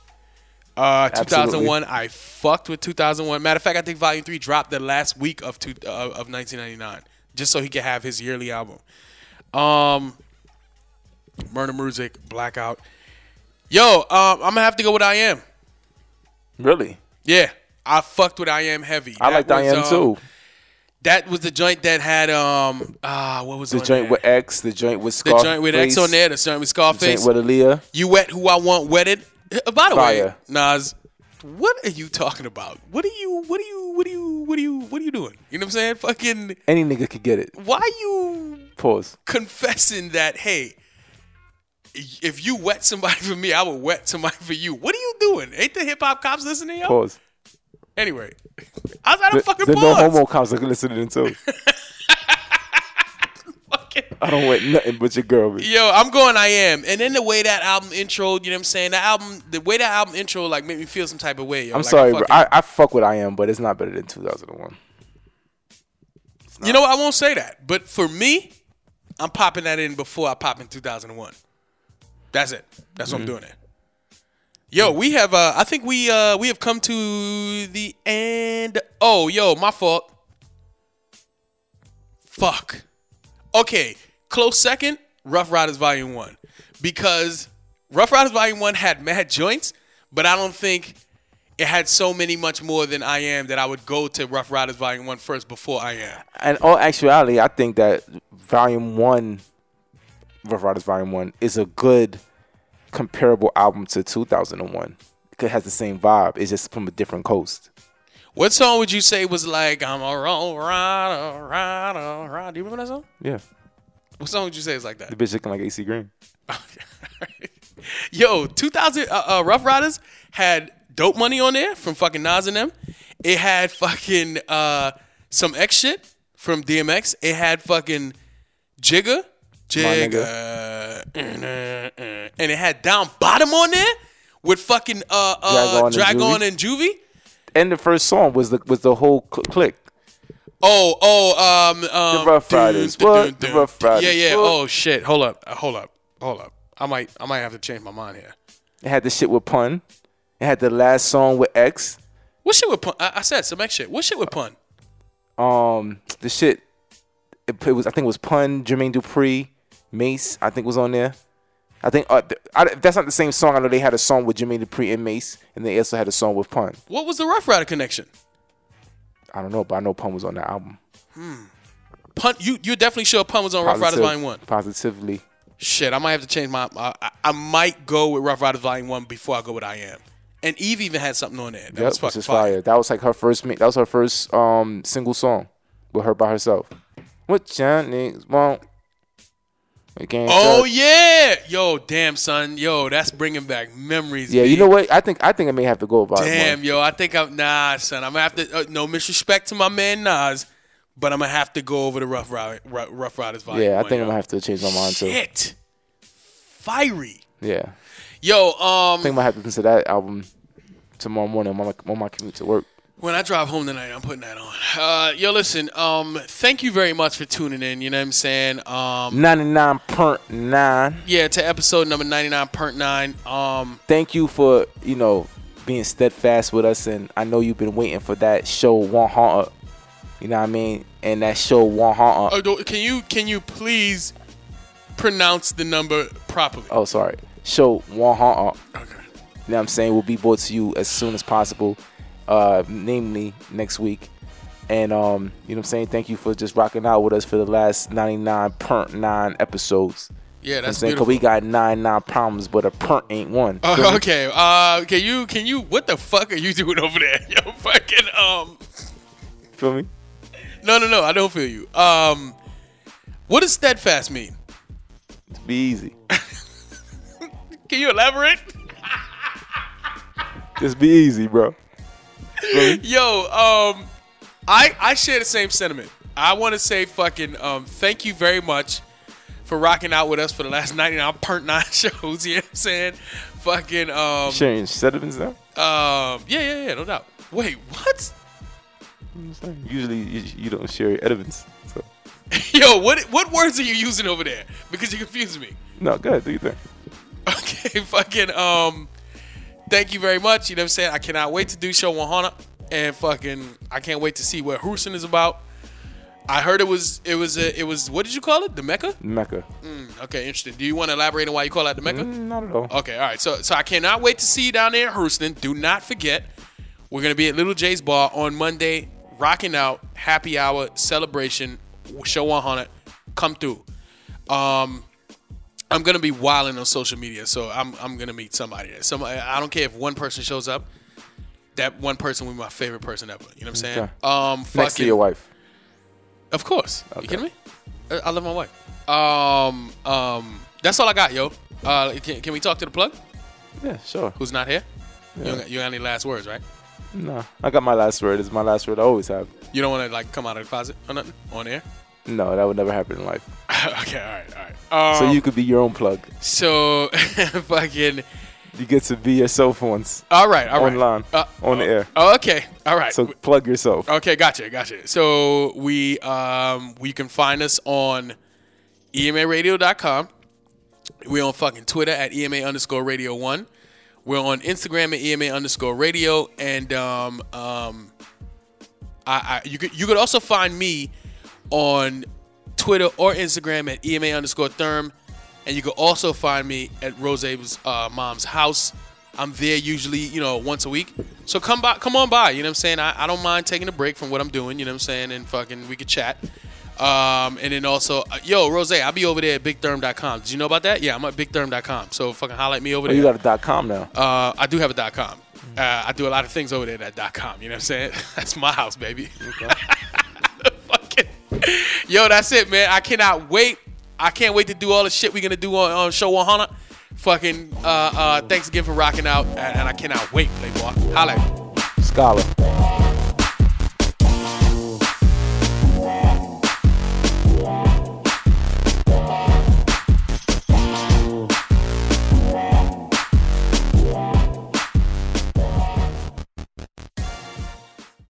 Uh, 2001, I fucked with 2001. Matter of fact, I think volume three dropped the last week of two, uh, of 1999, just so he could have his yearly album. Um, Murder Music, Blackout. Yo, um, I'm gonna have to go with I Am. Really? Yeah, I fucked with I Am heavy. I liked I was, Am um, too. That was the joint that had um ah what was The on joint there? with X, the joint with the Scarface. joint with X on there, the joint with The joint Scarface. with Aaliyah. You wet who I want wedded. By the way, Fire. Nas, what are you talking about? What are you? What are you? What are you? What are you? What are you doing? You know what I'm saying? Fucking. Any nigga could get it. Why you Pause. confessing that? Hey, if you wet somebody for me, I will wet somebody for you. What are you doing? Ain't the hip hop cops listening, y'all? Pause. Anyway, I was out of fucking the no pause. homo cops are listening too. Fucking- I don't want nothing but your girl. bitch. Yo, I'm going I am. And then the way that album intro, you know what I'm saying? The album the way that album intro like made me feel some type of way. yo. I'm Like, sorry, bro. fucking- I, I fuck with I am, but it's not better than 2001. You know what? I won't say that. But for me, I'm popping that in before I pop in 2001. That's it. That's what I'm doing it. Yo, we have uh I think we uh we have come to the end. Oh, yo, my fault. Fuck. Okay, close second, Rough Riders Volume 1. Because Rough Riders Volume 1 had mad joints, but I don't think it had so many much more than I Am that I would go to Rough Riders Volume 1 first before I Am. And all actuality, I think that Volume One, Rough Riders Volume One, is a good comparable album to 2001. It has the same vibe. It's just from a different coast. What song would you say was like I'm a roll rider, rider, rider? Do you remember that song? Yeah, What song would you say is like that? the bitch looking like AC Green. Yo, 2000 uh, uh, Rough Riders had dope money on there from fucking Nas and them. It had fucking uh, some X shit from DMX. It had fucking Jigga, Jigga, and it had down bottom on there with fucking uh, uh, Dragon Dragon and Juvie? and Juvie. And the first song was the was the whole cl- click. Oh, oh, um, um The Rough Riders. What? The Rough Riders. Yeah, yeah. What? Oh shit. Hold up. Uh, Hold up. Hold up. I might, I might have to change my mind here. It had the shit with Pun. It had the last song with X. What shit with pun? I, I said some X shit. What shit with pun? Um, the shit. It, it was I think it was Pun, Jermaine Dupri, Mace. I think was on there. I think uh, th- I, that's not the same song. I know they had a song with Jermaine Dupri and Mace, and they also had a song with Pun. What was the Rough Rider connection? I don't know, but I know Pun was on that album. Pun. You, you're definitely sure pun was on Rough Riders Positive- Volume One. Positively. Shit. I might have to change my. I, I- I might go with Rough Riders Volume One before I go with I Am. And Eve even had something on there. That Yep, was which fucking is fire. fire. That was like her first. ma- That was her first um single song with her by herself. What y'all niggas want? We can't Oh touch- yeah. Yo, damn son. Yo, that's bringing back memories. yeah. You B. know what? I think I think I may have to go about Damn, it. yo, I think I'm nah, son. I'm gonna have to. Uh, no disrespect to my man Nas, but I'm gonna have to go over the Rough Rider, Ru- Rough Riders volume. Yeah, one, I think yo. I'm gonna have to change my mind too. Shit, fiery. Yeah, Yo, I think I'm um, gonna have to listen to that album tomorrow morning on my, on my commute to work. when I drive home tonight, I'm putting that on. Uh, yo, listen, um, thank you very much for tuning in. You know what I'm saying? Um, Ninety nine point nine. yeah, to episode number 99.9. Um, Thank you for you know being steadfast with us, and I know you've been waiting for that show one hundred. You know what I mean? And that show one hundred. oh, do- can you can you please pronounce the number properly? oh sorry show 100 Okay. you know what i'm saying will be brought to you as soon as possible uh namely next week and um you know what i'm saying thank you for just rocking out with us for the last 99.9 episodes Yeah, You know what I'm that's saying? beautiful. 'Cause we got nine nine problems, but a pernt ain't one. You know Uh, what okay. Uh, can you can you what the fuck are you doing over there? Yo, fucking um. I'm- Feel me? No, no, no. I don't feel you. Um, what does steadfast mean? Be easy. Can you elaborate? Just be easy, bro. Yo, um, I I share the same sentiment. I want to say fucking um, thank you very much for rocking out with us for the last 99 part nine shows. You know what I'm saying? Fucking um, Sharing sentiments now. um, yeah, yeah, yeah, no doubt. Wait, what? You know what I'm saying? Usually you, you don't share your ediments. So Yo, what what words are you using over there? Because you confuse me. No, good. Do you think? Okay, fucking um thank you very much. You know what I'm saying? I cannot wait to do show 100 and fucking I can't wait to see what Houston is about. I heard it was it was a, it was what did you call it? The Mecca? Mecca. Okay, interesting. Do you want to elaborate on why you call that the Mecca? Mm, not at all. Okay, all right. So so I cannot wait to see you down there in Houston. Do not forget, we're gonna be at Little J's Bar on Monday, rocking out, happy hour celebration, show 100. Come through. Um, I'm gonna be wilding on social media, so I'm I'm gonna meet somebody. There. Somebody, I don't care if one person shows up. That one person will be my favorite person ever. You know what I'm saying? Okay. Um, Next to fucking- your wife. of course. You kidding me? I I love my wife. Um, um, that's all I got, yo. Uh, can, can we talk to the plug? Yeah, sure. Who's not here? You, don't, got- you don't got any last words, right? No, I got my last word. It's my last word. I always have. You don't want to like come out of the closet or nothing on air. No, that would never happen in life. okay, all right, all right. Um, so you could be your own plug. so fucking You get to be yourself once all right, all right. online, Uh, on the air. oh, okay, all right. So plug yourself. Okay, gotcha, gotcha. So we um we can find us on E emaradio.com. We're on fucking Twitter at EMA underscore radio one. We're on Instagram at EMA underscore radio. And um um I, I you could you could also find me on Twitter or Instagram at EMA underscore therm. And you can also find me at Rose's uh, mom's house. I'm there usually, you know, once a week. So come by, come on by. You know what I'm saying? I, I don't mind taking a break from what I'm doing. You know what I'm saying? And fucking, we could chat. Um, and then also, uh, yo, Rose, I'll be over there at bigtherm.com. Did you know about that? Yeah, I'm at bigtherm.com. So fucking highlight me over Oh, there. you got a dot com now. Uh, I do have a dot com. Uh, I do a lot of things over there at dot com. You know what I'm saying? That's my house, baby. Fucking- Yo, that's it, man. I cannot wait. I can't wait to do all the shit we're gonna do on, on Show 100. Fucking, uh, uh, thanks again for rocking out, and, and I cannot wait, Playboy. Holla. at me. Scholar.